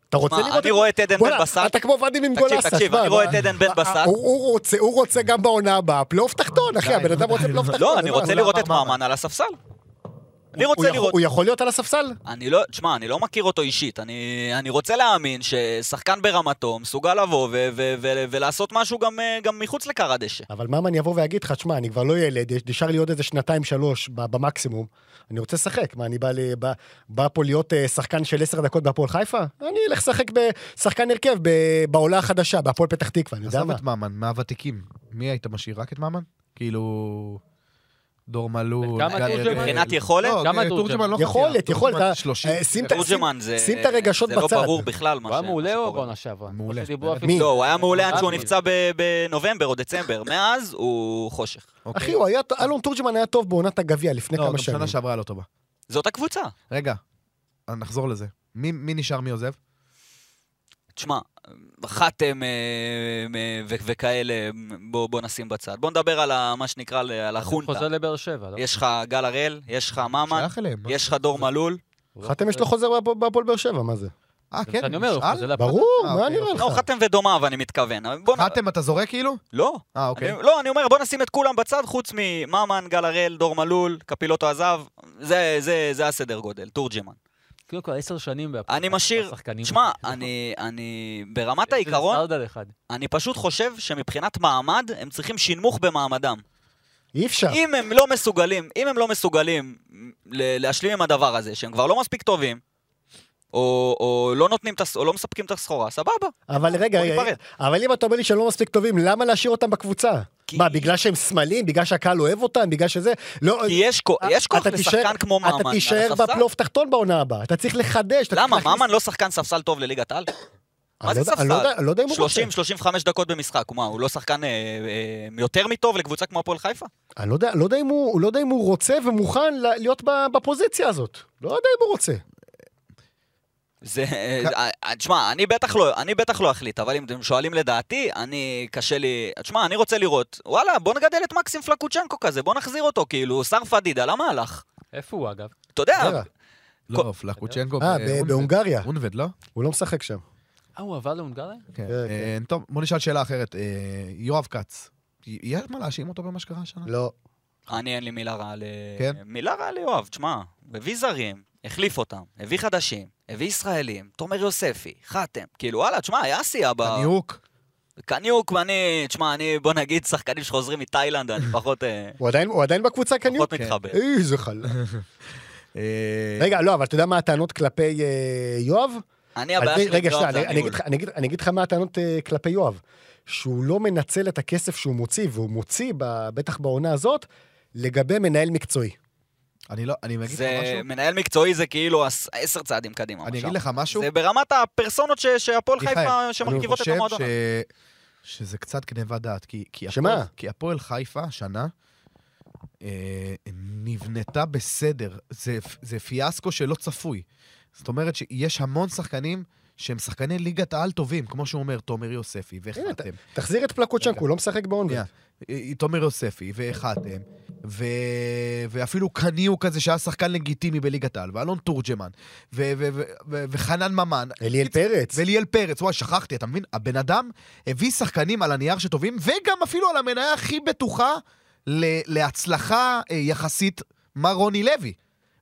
אתה רוצה
מה,
לראות את
אני רואה את עדן בן
בוא'נה,
בסט.
אתה כמו ואדים עם
תקשיב,
גולסה.
תקשיב,
שמע,
אני רואה
מה-
את עדן בן
אה,
בסט.
הוא- הוא רוצה, הוא רוצה גם בעונה הבאה, פלייאוף תחתון, אחי,
די,
הבן
נו,
אדם
די,
רוצה
נו,
פלייאוף
די.
תחתון.
לא, אני רוצה
למה
לראות את
ממן?
ממן על הספסל. אני
הוא- הוא
רוצה
יכול-
לראות.
הוא יכול להיות על הספסל?
אני לא, תשמע, אני לא מכיר אותו אישית. אני, אני רוצה להאמין ששחקן ברמתו מסוגל לבוא ו- ו- ו- ו- ולעשות משהו גם, אה, גם מחוץ לקר הדשא.
אבל ממן יבוא ויגיד לך, תשמע, אני כבר לא ילד, יש- נשאר לי עוד איזה שנתיים-שלוש ב- במקסימום, אני רוצה לשחק. מה, אני בא, ל- בא, בא פה להיות אה, שחקן של עשר דקות בהפועל חיפה? אני אלך לשחק בשחקן הרכב ב- בעולה החדשה, בהפועל פתח תקווה, אני יודע
עזוב
מה.
את ממן, מהוותיקים. מי היית משאיר? רק את ממן? כאילו... דור מלול.
כמה
גל
תורג'מן?
הראל.
מבחינת יכולת?
לא,
כמה
אה,
תורג'מן?
לא חסר.
יכולת, יכולת.
תורג'מן
אה,
שלושים.
אה, שים את-
תורג'מן זה...
שים את הרגשות
זה
בצד.
לא ברור בכלל מה ש...
הוא היה
מה
מעולה
שקורה.
או בעונה שעברה?
מעולה.
לא שדיברו אפילו-
מי?
לא, הוא היה מעולה עד שהוא
אבל-
נפצע ב- בנובמבר או דצמבר. מאז הוא חושך.
אוקיי.
אחי, הוא היה, אלון תורג'מן היה טוב בעונת הגביע לפני
לא,
כמה
גם
שנים.
שנה שעברה לא טובה.
זאת הקבוצה.
רגע, אה, נחזור לזה. מי מי נשאר, מי עוזב?
תשמע, חתם אה, אה, ו- וכאלה, בוא בוא נשים בצד. בוא נדבר על ה- מה שנקרא, על על החונטה.
חוזר לבאר שבע, לא?
יש לך גל הראל, יש לך ממן,
שייך אליהם. מה?
יש לך דור מלול.
הוא לא
חתם
אה,
יש לו חוזר בהפועל- בהפועל באר שבע, מה זה?
אה,
זה מה
כן,
שאני אומר, הוא
נשאר?
חוזר להפועל.
ברור,
אה,
מה
אוקיי,
נראה לך?
לא, חתם ודומיו, אני מתכוון. אבל בוא נ-
חתם אתה זורק כאילו?
לא.
אה, אוקיי.
אני, לא, אני אומר, בוא נשים את כולם בצד, חוץ מממן, גל הראל, דור מלול, קפילוטו עזב. זה, זה, זה הסדר גודל, תורג'מן.
כאילו כבר עשר שנים בהפועל.
אני משאיר...
השחקנים-
תשמע, אני, אני... ברמת
יש איזה
העיקרון,
סארד על אחד.
אני פשוט חושב שמבחינת מעמד, הם צריכים שינמוך במעמדם.
אי אפשר.
אם הם לא מסוגלים, אם הם לא מסוגלים ל- להשלים עם הדבר הזה, שהם כבר לא מספיק טובים, או, או לא נותנים, את הס- או לא מספקים את הסחורה, סבבה.
אבל רגע,
בוא
רגע,
ניפרד.
אבל אם אתה אומר לי שהם לא מספיק טובים, למה להשאיר אותם בקבוצה?
כי-
מה, בגלל שהם סמלים? בגלל שהקהל אוהב אותם? בגלל שזה? לא,
כי יש, כו- יש כוח
אתה תישאר-
לשחקן כמו ממן.
אתה
על
תישאר
הספסל.
בפלייאוף תחתון בעונה הבאה, אתה צריך לחדש. אתה
למה?
צריך להכניס-
ממן לא שחקן ספסל טוב לליגת העל? מה
אני
זה
לא יודע- אני לא
ספסל?
יודע- אני לא יודע אם הוא רוצה.
30-35 דקות במשחק, מה, הוא לא שחקן אה, אה, יותר מטוב לקבוצה כמו הפועל חיפה?
אני לא יודע- לא יודע אם הוא- לא יודע אם הוא רוצה ומוכן ל- להיות ב- בפוזיציה הזאת. לא יודע אם הוא רוצה.
זה...
לא.
אה, אה, תשמע, אני בטח לא, אני בטח לא אחליט, אבל אם אתם שואלים לדעתי, אני... קשה לי... תשמע, אני רוצה לראות. וואלה, בוא נגדל את מקסים פלקוצ'נקו כזה, בוא נחזיר אותו, כאילו, שר פדידה, למה הלך?
איפה הוא אגב?
אתה יודע,
רגע,
לא, פלקוצ'נקו.
אה,
באונבד.
ב- בהונגריה.
אונבד, לא?
הוא לא משחק שם.
אה, הוא עבר להונגריה?
כן.
כן,
אה, טוב, בוא נשאל שאלה אחרת. אה, יואב כץ, י- יש מה להאשים אותו במה שקרה השנה?
לא.
אני אין לי מילה רעה ל...
כן?
מילה רעה ליואב, תשמע, הוא הביא זרים, החליף אותם, הביא חדשים, הביא ישראלים, תומר יוספי, חתם, כאילו, וואלה, תשמע, היה עשייה ב...
הניוק.
קניוק, ואני, תשמע, אני, בוא נגיד, שחקנים שחוזרים מתאילנד, אני פחות, אה,
הוא עדיין- הוא עדיין בקבוצה קניוק?
פחות מתחבר.
איזה חל...
אה,
רגע, לא, אבל אתה יודע מה הטענות כלפי אה, יואב?
אני,
אז
הבעיה
רגע,
שלי עם
רגע, שנייה,
יואב זה לא
אני- אני
הניהול.
אגיד לך- אני אגיד- אני אגיד לך מה הטענות אה, כלפי יואב. שהוא לא מנצל את הכסף שהוא מוציא, והוא מוציא, ב- בטח בעונה הזאת, לגבי מנהל מקצועי.
אני לא, אני אגיד לך
זה
משהו.
מנהל מקצועי זה כאילו עש- עשר צעדים קדימה.
אני
עכשיו.
אגיד לך משהו.
זה ברמת הפרסונות ש- שהפועל
מיכאל,
חיפה, שמרכיבות את המועדון.
אני חושב ש- שזה קצת גניבת דעת, כי... כי
שמה?
הפועל- כי הפועל חיפה השנה אה, נבנתה בסדר. זה, זה פיאסקו שלא צפוי. זאת אומרת שיש המון שחקנים שהם שחקני ליגת העל טובים, כמו שהוא אומר, תומר יוספי
הנה, אתה-
והחלטתם.
תחזיר את פלקוצ'נקו,
רגע.
הוא לא משחק באונבד.
שנייה. אה, תומר יוספי והחתם, ו... ואפילו קניו כזה שהיה שחקן לגיטימי בליגת העל, ואלון תורג'מן, ו... ו... ו... ו... וחנן ממן.
אליאל פרץ.
ואליאל פרץ, וואי, שכחתי, אתה מבין? הבן אדם הביא שחקנים על הנייר שטובים, וגם אפילו על המניה הכי בטוחה ל... להצלחה אה, יחסית, מה רוני לוי.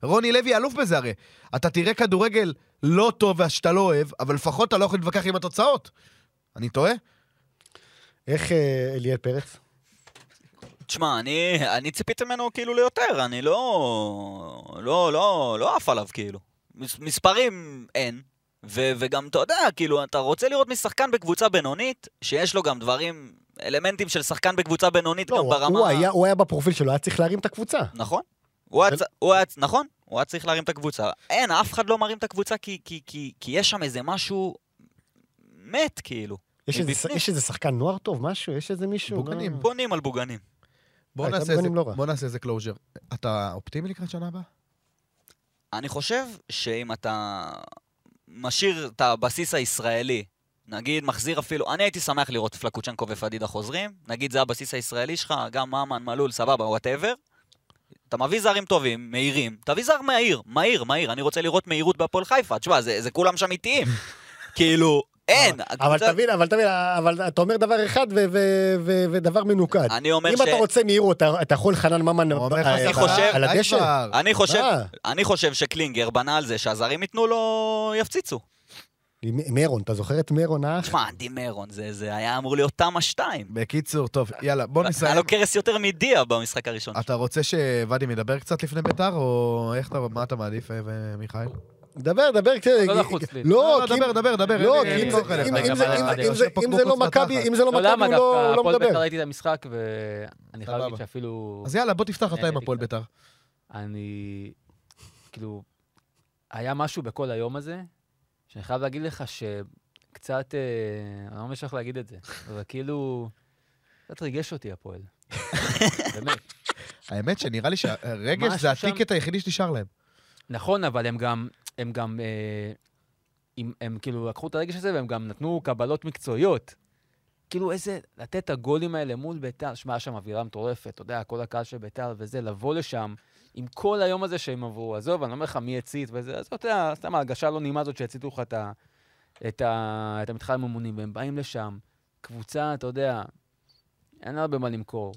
רוני לוי אלוף בזה הרי. אתה תראה כדורגל לא טוב ושאתה לא אוהב, אבל לפחות אתה לא יכול להתווכח עם התוצאות. אני טועה?
איך אה, אליאל פרץ?
תשמע, אני, אני ציפיתי ממנו כאילו ליותר, אני לא... לא, לא, לא עף עליו כאילו. מס, מספרים אין, ו, וגם אתה יודע, כאילו, אתה רוצה לראות משחקן בקבוצה בינונית, שיש לו גם דברים, אלמנטים של שחקן בקבוצה בינונית
לא,
גם
הוא-
ברמה...
הוא היה- הוא היה בפרופיל שלו, היה צריך להרים את הקבוצה.
נכון. הוא היה,
אבל-
צ- הוא היה, צ- נכון, הוא היה צריך להרים את הקבוצה. אין, אף אחד לא מרים את הקבוצה כי, כי, כי, כי יש שם איזה משהו מת, כאילו.
יש
מבפנים.
איזה- יש איזה שחקן נוער טוב, משהו? יש איזה מישהו?
בוגנים.
לא-
בונים על בוגנים.
בוא
הייתם
נעשה, איזה,
מגנים לא רע.
בוא נעשה איזה קלוז'ר. אתה אופטימי לקראת שנה הבאה?
אני חושב שאם אתה משאיר את הבסיס הישראלי, נגיד מחזיר אפילו, אני הייתי שמח לראות פלקוצ'נקו ופדידה חוזרים, נגיד זה הבסיס הישראלי שלך, גם ממן, מלול, סבבה, וואטאבר. אתה מביא זרים טובים, מהירים, תביא זר מהיר, מהיר, מהיר, אני רוצה לראות מהירות בהפועל חיפה, תשמע, זה, זה כולם שם איטיים. כאילו, אין.
אבל
הקבוצה-
תבין, אבל תבין, אבל אתה אומר דבר אחד ו- ו- ו- ודבר מנוקד.
אני אומר
אם
ש...
אתה רוצה מהירות, אתה אתה יכול חנן ממן
הוא
ב-
אומר לך,
אה,
"סבבה,
ב-
חושב-
על אה.
די
הדשא?
כבר."
אני חושב,
מה?
אני חושב שקלינגר בנה על זה שהזרים ייתנו לו, יפציצו.
עם- עם מרון, אתה זוכר את מרון האח?
תשמע, דימרון, זה, זה היה אמור להיות תמ"א 2.
בקיצור, טוב, יאללה, בוא
היה
נסיים.
לו קרס יותר מדיה במשחק הראשון.
אתה רוצה שוואדים ידבר קצת לפני ביתר, או איך אתה, מה אתה מעדיף, אה, אה, מיכאל?
דבר, דבר, תראה,
לא
כי-
לחוץ לי.
לא, כי אם-
דבר, דבר, דבר.
לא,
אין
כי
לי- אין
אם
לי
זה-
צורך
אם-
אליך.
אם זה-
אבל-
אם-
אבל-
אם זה-
יושב פה
אם זה לא
כמו
מכבי,
קוץ
אם זה לא
לא, למה
מכבי, הוא
דווקא
לא- לא
הפועל בית"ר
מדבר.
ראיתי את המשחק, ואני חייב
סבבה.
להגיד שאפילו...
אז יאללה, בוא תפתח אתה עם
נהניתי
הפועל
קצת.
ביתר.
אני, כאילו, היה משהו בכל היום הזה, שאני חייב להגיד לך שקצת, אה, אני לא מבין איך להגיד את זה, אבל כאילו, קצת ריגש אותי הפועל. באמת.
האמת שנראה לי שהרגש
משהו
זה
שם-
הטיקט היחידי שנשאר להם.
נכון, אבל הם גם, הם גם, אה, הם, הם כאילו לקחו את הרגש הזה והם גם נתנו קבלות מקצועיות. כאילו איזה, לתת את הגולים האלה מול ביתר, שמע, היה שם אווירה מטורפת, אתה יודע, כל הקהל של ביתר וזה, לבוא לשם עם כל היום הזה שהם עברו, עזוב, אני לא אומר לך מי הצית וזה, אז אתה יודע, סתם ההרגשה הלא נעימה הזאת שהציתו לך את, ה- את, ה- את המתחם הממונים, והם באים לשם, קבוצה, אתה יודע, אין לה הרבה מה למכור.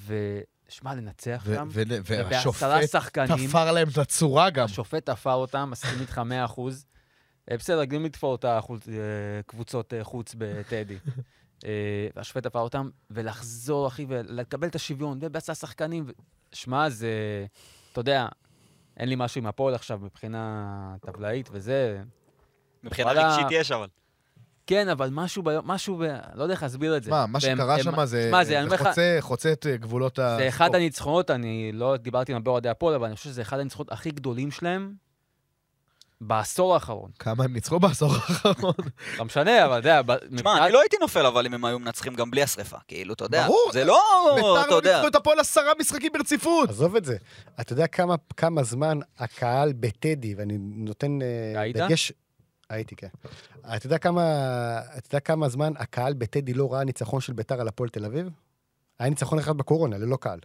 ושמע, לנצח
ו-
שם,
ו-
ובעשרה
והשופט
שחקנים.
תפר להם את הצורה גם.
השופט תפר אותם, מסכים איתך 100 אחוז. אה, בסדר, גם לתפור את החוץ- אה, קבוצות אה, חוץ בטדי. אה, והשופט תפר אותם, ולחזור, אחי, ולקבל את השוויון, ובעשה שחקנים. ו- שמע, זה... אתה יודע, אין לי משהו עם הפועל עכשיו מבחינה טבלאית וזה.
מבחינה
וואלה.
רגשית יש, אבל.
כן, אבל משהו ביום, משהו ב... לא יודע איך להסביר את זה.
מה, מה
והם-
שקרה
הם-
שם זה
שמע,
זה
זה, אני אומר לך,
חוצה- חוצה את אה, גבולות ה...
זה אחד הניצחונות, אני לא דיברתי עם הרבה אוהדי הפועל, אבל אני חושב שזה אחד הניצחונות הכי גדולים שלהם בעשור האחרון.
כמה הם ניצחו בעשור האחרון?
לא משנה, אבל אתה יודע, ב-
תשמע, אני
מבחינת-
לא הייתי נופל אבל אם הם היו מנצחים גם בלי השרפה. כאילו, אתה יודע.
ברור.
זה לא,
ביתר
אתה
לא
יודע.
ניצחו את הפועל עשרה משחקים ברציפות.
עזוב את זה. אתה יודע כמה, כמה זמן הקהל בטדי, ואני נותן אה,
היית?
דגש... הייתי, כן. אתה יודע, כמה, אתה יודע כמה זמן הקהל בטדי לא ראה ניצחון של ביתר על הפועל תל אביב? היה ניצחון אחד בקורונה, ללא קהל.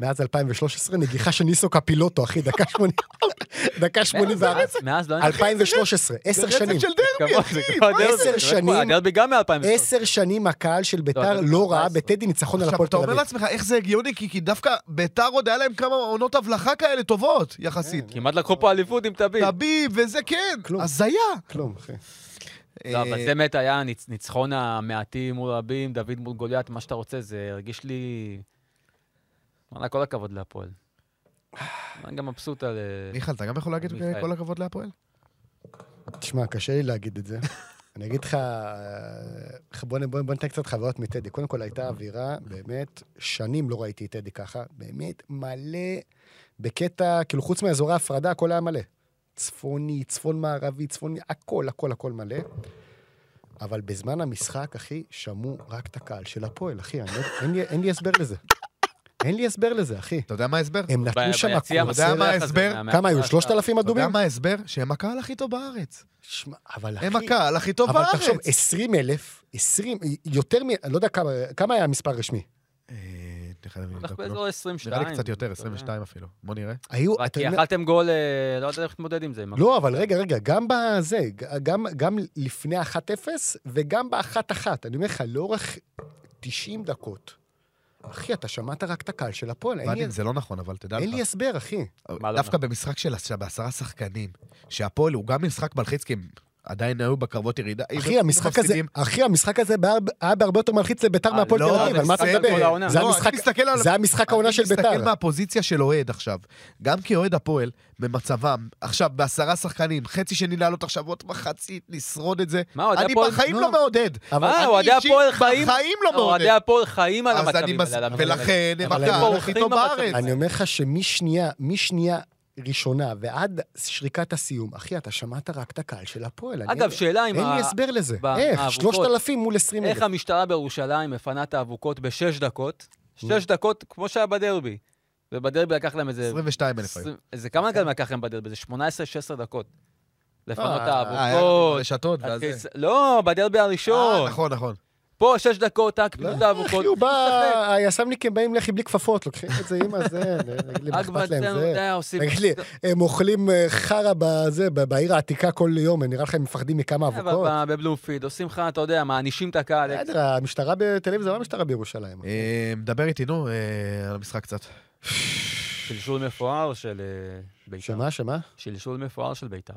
מאז 2013, נגיחה של ניסו קפילוטו, אחי, דקה 80. דקה 84.
מאז לא היה...
2013, עשר
זה
שנים.
רצף של דרבי,
כמוה,
אחי.
זה כמו הדרבי.
עשר
זה רק
שנים-
כמו- הדרבי גם מ-2013.
עשר שנים הקהל של ביתר
לא,
לא ראה
14.
בטדי ניצחון על
עכשיו,
הפועל
אתה
תל
אומר
אביב.
לעצמך, איך זה הגיוני? כי כי דווקא ביתר עוד היה להם כמה עונות הבלחה כאלה טובות, יחסית.
כמעט לקחו פה אליפות עם תביב.
טביב וזה כן,
כלום.
הזיה.
כלום, אחי.
לא,
אה,
אבל זה באמת היה ניצ- ניצחון המעטים מול רבים, דוד מול גוליית, מה שאתה רוצה, זה הרגיש לי... וואלה, כל הכבוד להפועל.
אה,
אני גם מבסוט על... אה,
מיכל, אתה גם יכול להגיד
מיכאל.
כל הכבוד להפועל?
תשמע, קשה לי להגיד את זה. אני אגיד לך, אה, בוא, נ- בוא, בוא ניתן קצת חוויות מטדי. קודם כל הייתה אווירה, באמת, שנים לא ראיתי את טדי ככה, באמת מלא, בקטע, כאילו חוץ מאזורי ההפרדה, הכל היה מלא. צפוני, צפון מערבי, צפוני, הכל, הכל, הכל מלא. אבל בזמן המשחק, אחי, שמעו רק את הקהל של הפועל, אחי, אני, לא- אין, לי, אין לי הסבר לזה. אין לי הסבר לזה, אחי.
אתה יודע מה ההסבר?
הם נתנו
ב-
שם
ביציע
הקורס.
אתה יודע
המסריח
מה
הזה,
ההסבר?
מה- מה-
כמה היו?
מה-
3,000
אתה יודע
אדומים?
מה ההסבר? שהם הקהל הכי טוב בארץ.
שמע, אבל אחי...
הם הקהל הכי טוב
אבל
בארץ.
תחשוב, 20 אלף, 20, יותר מ... אני לא יודע כמה, כמה היה המספר הרשמי.
אה, נראה לי-
אנחנו
לא.
באזור 22.
נראה לי קצת יותר,
אתה יודע.
22 אפילו. בוא נראה.
היו...
רק
אתה
כי
אומר-
אכלתם גול, אה, לא יודע איך להתמודד עם זה. עם
לא, אבל רגע, רגע, גם בזה, ג- גם, גם לפני ה-1-0 וגם ב-1-1. אני אומר לך, לאורך 90 דקות, אחי, אתה שמעת רק את הקהל של הפועל, אין לי-
ועדין, זה לא נכון, אבל תדע
אין לי
לך.
הסבר, אחי.
מה לא
דווקא
נכון?
במשחק של עש- בעשרה שחקנים, שהפועל הוא גם משחק מלחיץ, כי הם עדיין היו בקרבות ירידה.
אחי, המשחק הזה,
מפסידים.
אחי, המשחק הזה בהר- היה בהרבה יותר מלחיץ לביתר
אה,
מהפועל
לא,
תל אביב,
זה
על מה אתה
בסדר, כל
מדבר?
העונה.
זה
לא,
המשחק-
אני מסתכל על-
זה המשחק העונה של
אני מסתכל
ביתר.
מהפוזיציה של אוהד עכשיו. גם כאוהד הפועל, במצבם, עכשיו בעשרה שחקנים, חצי שני לעלות עכשיו עוד מחצית, לשרוד את זה.
מה, אוהדי
אני
הפועל-
בחיים
לא.
לא מעודד.
אבל-
מה,
אני
אוהדי
אישית
הפועל חיים?
בחיים לא
לא, אוהדי
מעודד.
הפועל חיים על
אז אני
המצבים
מס-
האלה. על המצבים האלה.
ולכן הם
אבל הם
הקהל הכי
בורחים
טוב
במצבים.
בארץ.
אני אומר לך שמשנייה, משנייה ראשונה ועד שריקת הסיום, אחי, אתה שמעת רק את הקהל של הפועל. אני-
אגב, שאלה אם...
אין לי
ה-
הסבר לזה.
ב-
איך?
האבוקות.
3,000 מול 20 אלף.
איך המשטרה בירושלים מפנה את האבוקות בשש דקות? שש דקות, כמו שהיה בדרבי. ובדרבי לקח להם איזה...
22 אלף היו.
עשרים- איזה כמה דקות לקח להם בדרבי? זה 18-16 דקות. לפנות
כן. אה,
אה, היה לנו
האבוקות.
רשתות ואז... זה.
הכס- לא, בדרבי
אה,
הראשון.
נכון, נכון.
פה שש דקות, טאק,
לא,
פנות
אחי,
האבוקות.
הוא בא, היס"מניקים באים לחי בלי כפפות, לוקחים את זה עם הזה, נגיד לי, מה
רק
אכפת להם
בצד,
זה.
אה, עושים...
תגיד לי, הם אוכלים אה, חרא בזה, ב- בעיר העתיקה כל יום, נראה לך הם מפחדים מכמה
אה,
אבוקות?
ב- בבלומפיד, עושים לך, אתה יודע, מענישים את הקהל. אה,
בסדר, המשטרה בתל אביב זה לא המשטרה בירושלים.
אה, מדבר איתי, נו, אה, על המשחק קצת.
שלשול מפואר של אה, בית"ר.
שמה, שמה?
שלשול מפואר של בית"ר.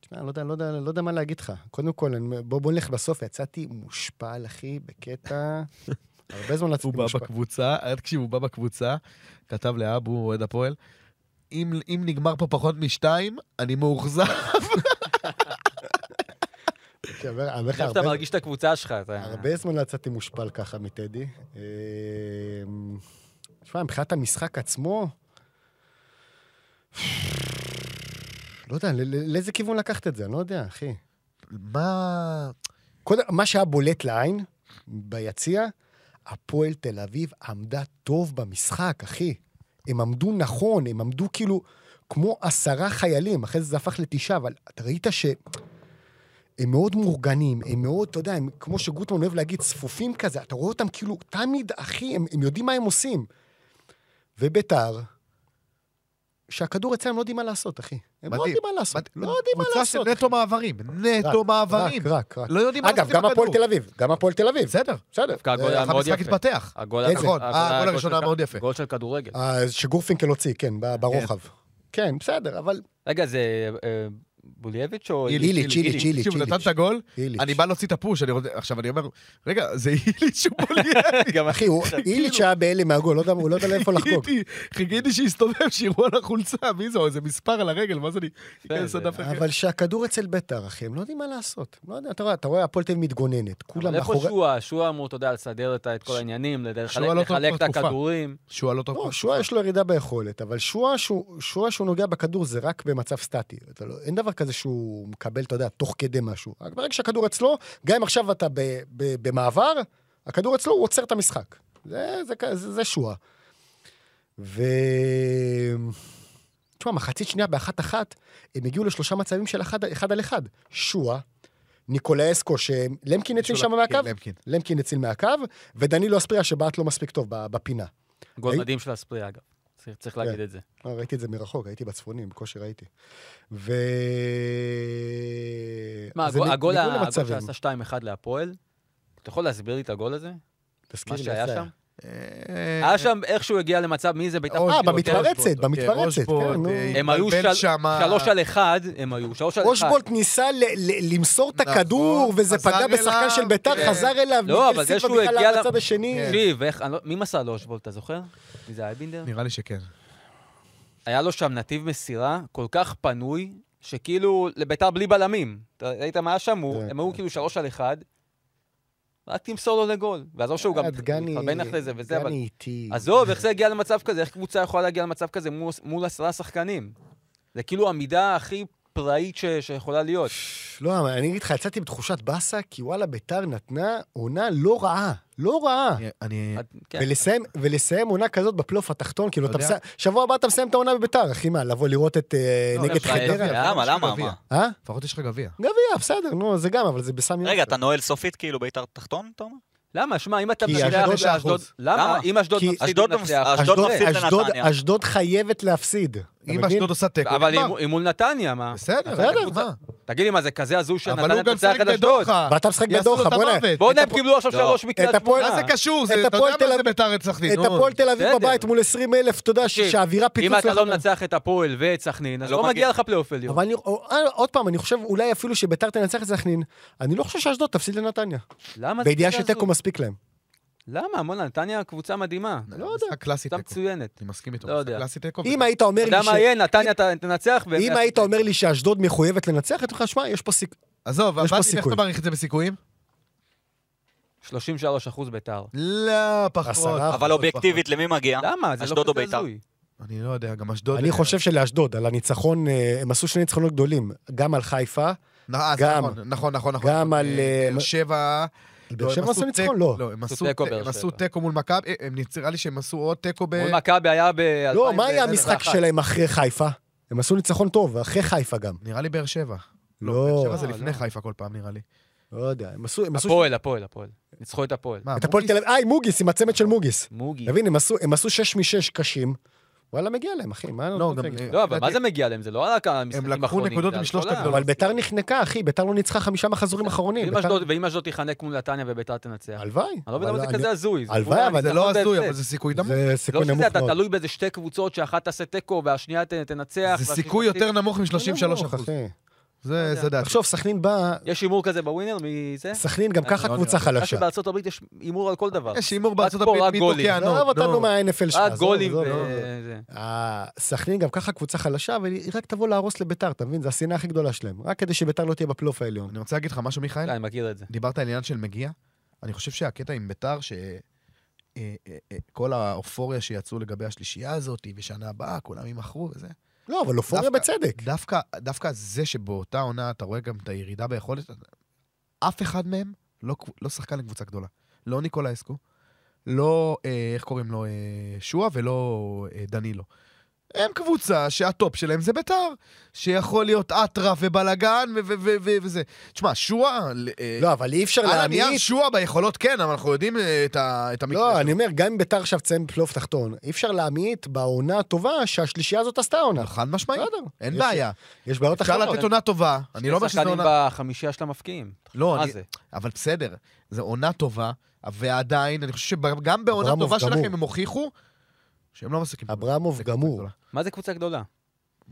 תשמע, לא יודע, לא יודע, לא יודע מה להגיד לך. קודם כל, אני- בוא, בוא נלך בסוף, יצאתי מושפל, אחי, בקטע... הרבה זמן לא
הוא
יצאתי
בא
מושפל.
בקבוצה, אל תקשיב, הוא בא בקבוצה, כתב לאבו, אוהד הפועל, אם, אם נגמר פה פחות משתיים, אני מאוכזב.
כן, אבל- אבל
איך אתה
הרבה-
מרגיש את הקבוצה שלך? אתה-
הרבה זמן לא יצאתי מושפל ככה מטדי. אמ, תשמע, מבחינת המשחק עצמו, לא יודע, ל- ל- לאיזה כיוון לקחת את זה? אני לא יודע, אחי.
מה...
קודם, מה שהיה בולט לעין ביציע, הפועל תל אביב עמדה טוב במשחק, אחי. הם עמדו נכון, הם עמדו כאילו כמו עשרה חיילים, אחרי זה זה הפך לתשעה, אבל אתה ראית ש... הם מאוד מאורגנים, הם מאוד, אתה יודע, הם, כמו שגוטמן אוהב להגיד, צפופים כזה, אתה רואה אותם כאילו, תמיד, אחי, הם, הם יודעים מה הם עושים. וביתר, שהכדור אצלם לא יודעים מה לעשות, אחי. הם לא
מדהים.
יודעים מה לעשות,
מה-
לא יודעים מה
קבוצה של
לעשות.
נטו מעברים, נטו מעברים.
רק, רק, רק.
לא יודעים מה
אגב,
לעשות עם
גם הפועל
הכדור.
תל אביב, גם הפועל תל אביב.
בסדר,
בסדר.
דווקא הגול
אה,
היה מאוד
המשחק
יפה.
התפתח.
הגול
איזה?
הראשון-
נכון,
הגול
אה,
היה
הגול
גול
הראשון
של
היה
כ-
מאוד יפה.
גול של כדורגל.
כן,
אה, שגורפינקל הוציא, כן, ב- ברוחב. כן, בסדר, אבל
רגע, זה אה, בולייביץ' או...
איליץ', איליץ', איליץ', איליץ'.
תקשיב, הוא נתן את הגול,
איליץ'.
אני בא להוציא את הפוש, אני רוצה... עכשיו אני אומר, רגע, זה איליץ' שהוא בולייביץ'.
גם
אחי, הוא-
כאילו-
איליץ' היה בהלם מהגול, לא יודע- הוא לא יודע לאיפה לחגוג.
חיכיתי, חיכיתי שיסתובב, שיראו על החולצה, מי זה, או איזה מספר על הרגל, ואז אני כן, אכנס
זה-
לדף אחר.
אבל שהכדור אצל ביתר, אחי, הם לא יודעים מה לעשות. לא יודע, אתה רואה, אתה רואה, הפועל תל אביב מתגוננת. כולם
אבל איפה
מאחורי...
שועה? שועה אמור, אתה יודע, לסדר את ה- את כל העניינים, לדרך-
שועה לא טוב
לחלק את
בתקופה.
הכדורים.
שהוא הלא טוב.
לא, שועה יש לו ירידה ביכולת, אבל שועה שהוא, שועה שהוא נוגע בכדור זה רק במצב סטטי. אתה לא, אין דבר כזה שהוא מקבל, אתה יודע, תוך כדי משהו. רק ברגע שהכדור אצלו, גם אם עכשיו אתה ב, ב, במעבר, הכדור אצלו, הוא עוצר את המשחק. זה, זה, כ- זה, זה שועה. ו... תשמע, מחצית שנייה באחת-אחת, הם הגיעו לשלושה מצבים של אחד, אחד על אחד. שועה, ניקולאסקו, שלמקין הציל שם מהקו,
כן, למקין.
למקין הציל מהקו, ודנילו אספריה שבעט לא מספיק טוב ב- בפינה.
גול
היי-
מדהים של אספריה, אגב. צריך-
כן.
צריך להגיד את זה.
אה, ראיתי את זה מרחוק, הייתי בצפונים, בקושי ראיתי. ו...
מה,
אז הם
הגול- הגול
הגיעו
ה- הגול
למצבים.
שעשה 2-1 להפועל, אתה יכול להסביר לי את הגול הזה?
תזכיר
מה
לי,
שהיה
איפה
שם?
אה,
היה שם איכשהו הגיע למצב, מי זה בית"ר?
אה,
פשוט יותר-
במתפרצת,
אושבולט,
במתפרצת,
כן, אושבולט,
כן, נו.
אה,
הם היו
התבלבל
של-
שמה.
שלוש על אחד, הם היו, שלוש על אחד.
אושבולט ניסה ל- ל- למסור את
נכון,
הכדור, וזה
חזר
פגע בשחקן
אליו,
של ביתר,
כן.
חזר אליו,
לא,
מיקל
אבל זה
סילבה
שהוא
בכלל
הגיע
למצב
ל-
השני.
תקשיב, איך- אני לא- מי מסר לו אושבולט, אתה זוכר? מי זה אייבינדר?
נראה לי שכן.
היה לו שם נתיב מסירה כל כך פנוי, שכאילו לביתר בלי בלמים. אתה ראית מה היה שם? הוא-
כן,
הם היו כאילו שלוש על אחד, רק תמסור לו לגול. ועזוב שהוא גם
אה, דגני-
מתחרבן אחרי זה וזה, אבל...
דגני איטי.
עזוב, איך זה הגיע למצב כזה? איך קבוצה יכולה להגיע למצב כזה מול- מול עשרה שחקנים? זה כאילו המידה הכי פראית ש- שיכולה להיות.
לא, אבל אני אגיד לך, יצאתי בתחושת באסה, כי וואלה, ביתר נתנה עונה לא רעה. לא רעה.
אני- אני...
עד- כן.
ולסיים, ולסיים עונה כזאת בפלייאוף התחתון, כאילו, אתה
אתה יודע-
מסיים, שבוע הבא אתה מסיים את העונה בביתר, אחי, מה, לבוא לראות את אה,
לא,
נגד
יש לך
חדרה?
גביע.
למה, למה,
גביע.
מה?
אה?
לפחות יש לך גביע.
גביע, בסדר, נו, זה גם, אבל זה בסמי...
רגע,
עופר.
אתה נועל סופית כאילו בית"ר תחתון, תומר?
למה? שמע, אם אתה
כי
מנצח
אשדוד
באשדוד...
באחוז.
למה?
למה?
אם אשדוד
כי
מפסיד,
אשדוד
ננצח.
מפס- אשדוד מפסיד
אשדוד-
לנתניה.
אשדוד חייבת להפסיד. אתה
אם
מבין?
אשדוד עושה תיקו,
אבל
נגמר.
היא מול- היא מול נתניה, מה?
בסדר,
בסדר,
מה?
תגיד לי, מה, זה כזה הזוי
אבל
שנתניה
הוא גם
תנצח
שיחק
את אשדוד?
בדוחה.
ואתה משחק
יעשו לו
בדוחה,
את
בוא'נה.
המוות.
בואנה, הם קיבלו עכשיו
לא.
שלוש מקריית
את הפועל-
שמונה.
מה זה קשור? זה-
את
אתה
הפועל
יודע
תל
מה זה
אביב-
ביתר אצל סכנין.
את
נו.
הפועל תל אביב
בסדר.
בבית מול 20 אלף, אתה יודע ש-
תקשיב,
שהאווירה פיצוץ
אם
לך.
אתה לא מנצח את הפועל ואת סכנין, אז
לא
לא מגיע
מגיע.
לך פלייאוף עליון.
אבל אני, או- אה, עוד פעם, אני חושב אולי אפילו שביתר תנצח את סכנין, אני לא חושב שאשדוד תפסיד לנתניה.
למה זה
בידיעה
כזה
שתיקו
הזוי?
מספיק להם.
למה? מונה, נתניה קבוצה מדהימה.
לא יודע. משחק קלאסי
קבוצה
תיקו.
מצוינת.
אני מסכים איתו.
לא
משחק
יודע.
קלאסי תיקו.
אם היית אומר
אתה
לי
יודע
ש...
מה יהיה? נתניה ת- תנצח. והם
אם
יעשו-
היית אומר לי שאשדוד מחויבת לנצח, הייתי אומר לך, שמע, יש פה סיכ...
עזוב,
יש פה
עבדתי, איך
סיכוי.
אתה מעריך את זה בסיכויים?
33 אחוז ביתר.
לא, פחות.
עשרה.
אבל אובייקטיבית, למי מגיע?
למה? זה לא
אשדוד או
כזה
ביתר?
הזוי.
אני לא יודע, גם אשדוד...
אני חושב שלאשדוד, על הניצחון, אה, הם עשו שני ניצחונות גדולים, גם על חיפה,
נ- אה,
גם.
נכון, נכון, נכון. נכון.
גם על... אה,
אה, באר שבע...
על באר
לא, הם
שבע
עשו
עשו ניצחון?
תיקו-
לא.
לא, הם עשו
תיקו
ת-
באר
הם
שבע.
עשו תיקו מול מכבי, אה, הם נראה לי שהם עשו עוד תיקו ב...
מול מכבי היה ב...
לא, מה היה המשחק שלהם אחרי חיפה? הם עשו ניצחון טוב, אחרי חיפה גם.
נראה לי באר שבע.
לא.
באר שבע זה
לא,
לפני
לא.
חיפה כל פעם, נראה לי.
לא יודע, הם עשו... הם עשו-
הפועל, הפועל, הפועל. ניצחו את הפועל.
מה,
את הפועל
מוגיס?
תל אביב, אה, עם מוגיס, עם הצמד של מוגיס.
מוגי.
תבין, הם עשו- הם עשו שש משש קשים, וואלה, מגיע להם, אחי, מה... אני
לא,
רוצה
גם-
להגיד?
לא, אבל מה
לדעתי-
זה מגיע להם? זה לא רק המשחקים
הם
האחרונים.
לקחו נקודות
זה על
משלושת
כל ה-
הגדולות.
אבל ביתר נחנקה, אחי, ביתר לא ניצחה חמישה מחזורים אחרונים.
ואם
ביתר-
אשדוד- ואם אשדוד תיחנק מול נתניה וביתר תנצח.
הלוואי.
אני לא מבין למה
אבל
זה כזה הזוי. זה
הלוואי,
כולה
אבל
זה
ניצחון
לא הזוי,
בהפסד.
אבל זה סיכוי נמוך.
זה
לא
סיכוי נמוך
שזה, אתה
מאוד.
תלוי באיזה שתי קבוצות, שאחת תעשה תיקו והשנייה ת- תנצח.
זה
והשלישית
סיכוי
תפסיד.
יותר נמוך מ-33
נמוך,
אחוז.
אחי.
זה
לא
זה דעתי.
תחשוב, סכנין באה,
יש הימור כזה בווינר מזה?
סכנין גם ככה
לא
קבוצה
נראה
אתה יודע
חלשה.
שבארצות הברית יש הימור על כל דבר.
יש הימור
רק
בארצות
פה,
הברית לא.
רק
מי
גולים.
תוקע, נו,
עזוב אותנו
נו.
מה-NFL שלך. עזוב,
רק אה, גולים
עזוב,
ו...
עזוב.
זה.
אה, סכנין גם ככה קבוצה חלשה, אבל היא רק תבוא להרוס לביתר, אתה מבין? זו השנאה הכי גדולה שלהם. רק כדי שביתר לא תהיה בפלייאוף העליון.
אני רוצה להגיד לך משהו, מיכאל.
כן, אני מכיר את זה.
דיברת על עניין של מגיע. אני חושב שהקטע עם ביתר, ש... אה, אה, אה, כל האופוריה שיצאו לגבי השלישייה הזאת, ושנה הבאה, כולם ימכרו וזה.
לא, אבל אופוריה
דווקא-
בצדק.
דווקא, דווקא זה שבאותה עונה אתה רואה גם את הירידה ביכולת, אף אחד מהם לא, קב- לא שחקן לקבוצה גדולה. לא ניקולאסקו, לא, אה, איך קוראים לו, אה, שועה ולא אה, דנילו. הם קבוצה שהטופ שלהם זה ביתר, שיכול להיות אטרף ובלאגן ו- ו- ו- ו- וזה. תשמע, שועה... ל- אה,
לא, אבל אי אפשר
על
להמעיט.
הנייר שועה ביכולות כן, אבל אנחנו יודעים אה, את, ה- את המקרה
לא,
שלו.
אני אומר, גם אם ביתר עכשיו תסיים בפלייאוף תחתון, אי אפשר להמעיט בעונה הטובה שהשלישייה הזאת עשתה עונה.
חד משמעית,
בסדר.
לא, אין
לא יש- לא
בעיה.
יש בעיות
נכון. אפשר
אחרות.
לתת עונה טובה, אני לא אומר
שחקנים
שזו עונה...
בחמישייה של המפקיעים.
לא,
מה
אני,
זה?
אבל בסדר, זו עונה טובה, ועדיין, אני חושב שגם בעונה
אברמוב
טובה
גמור.
שלכם הם הוכיחו שהם לא מסכים.
אברמוב גמור.
מה זה קבוצה גדולה?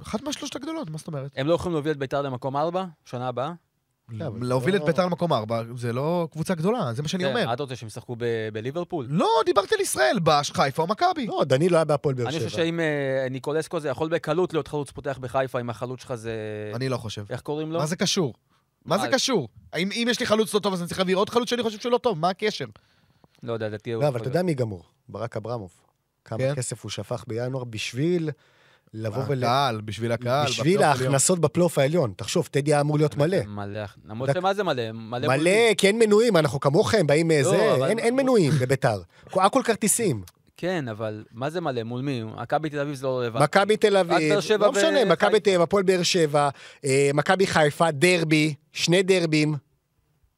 אחת מהשלושת הגדולות, מה זאת אומרת?
הם לא יכולים להוביל את ביתר למקום ארבע, שנה הבאה?
לא, אבל זה
להוביל את
לא-
ביתר למקום ארבע, זה לא קבוצה גדולה, זה מה שאני
כן,
אומר.
את רוצה שהם ישחקו ב- בליברפול?
לא, דיברת על ישראל, באש, חיפה או מכבי.
לא, דנילו היה בהפועל באר
אני חושב
שבע.
שאם אה, ניקולסקו זה יכול בקלות להיות חלוץ פותח בחיפה, אם החלוץ שלך זה...
אני לא חושב.
איך קוראים לו?
מה זה קשור? מה זה
אה,
קשור? האם אם יש לי חלוץ לא טוב, אז אני צריך להביא עוד חלוץ שאני חושב שהוא לא טוב, מה הקשר?
לא יודע, לדעתי... הוא
לא, אבל
יכול
אתה יודע מי גמור? ברק אברמוב.
כן. אה,
כמה כסף הוא שפך בינואר בשביל לבוא ול...
הקהל, בשביל הקהל.
בשביל
בפלייאוף העליון.
ההכנסות בפלייאוף העליון. תחשוב, טדי היה אמור להיות מלא.
להיות. מלא. למרות
דק-
שמה זה מלא? מלא. מולים.
מלא, כי אין מנויים, אנחנו כמוכם, באים
לא,
מזה,
אבל-
אין- אין מנויים בביתר. הכל כרטיסים.
כן, אבל מה זה מלא? מול מי? מכבי תל אביב זה לא רלוונטי.
מכבי תל אביב,
באר שבע
לא משנה,
וחיפה.
מכבי תל אביב, הפועל באר שבע, אה, מכבי חיפה, דרבי, שני דרבים.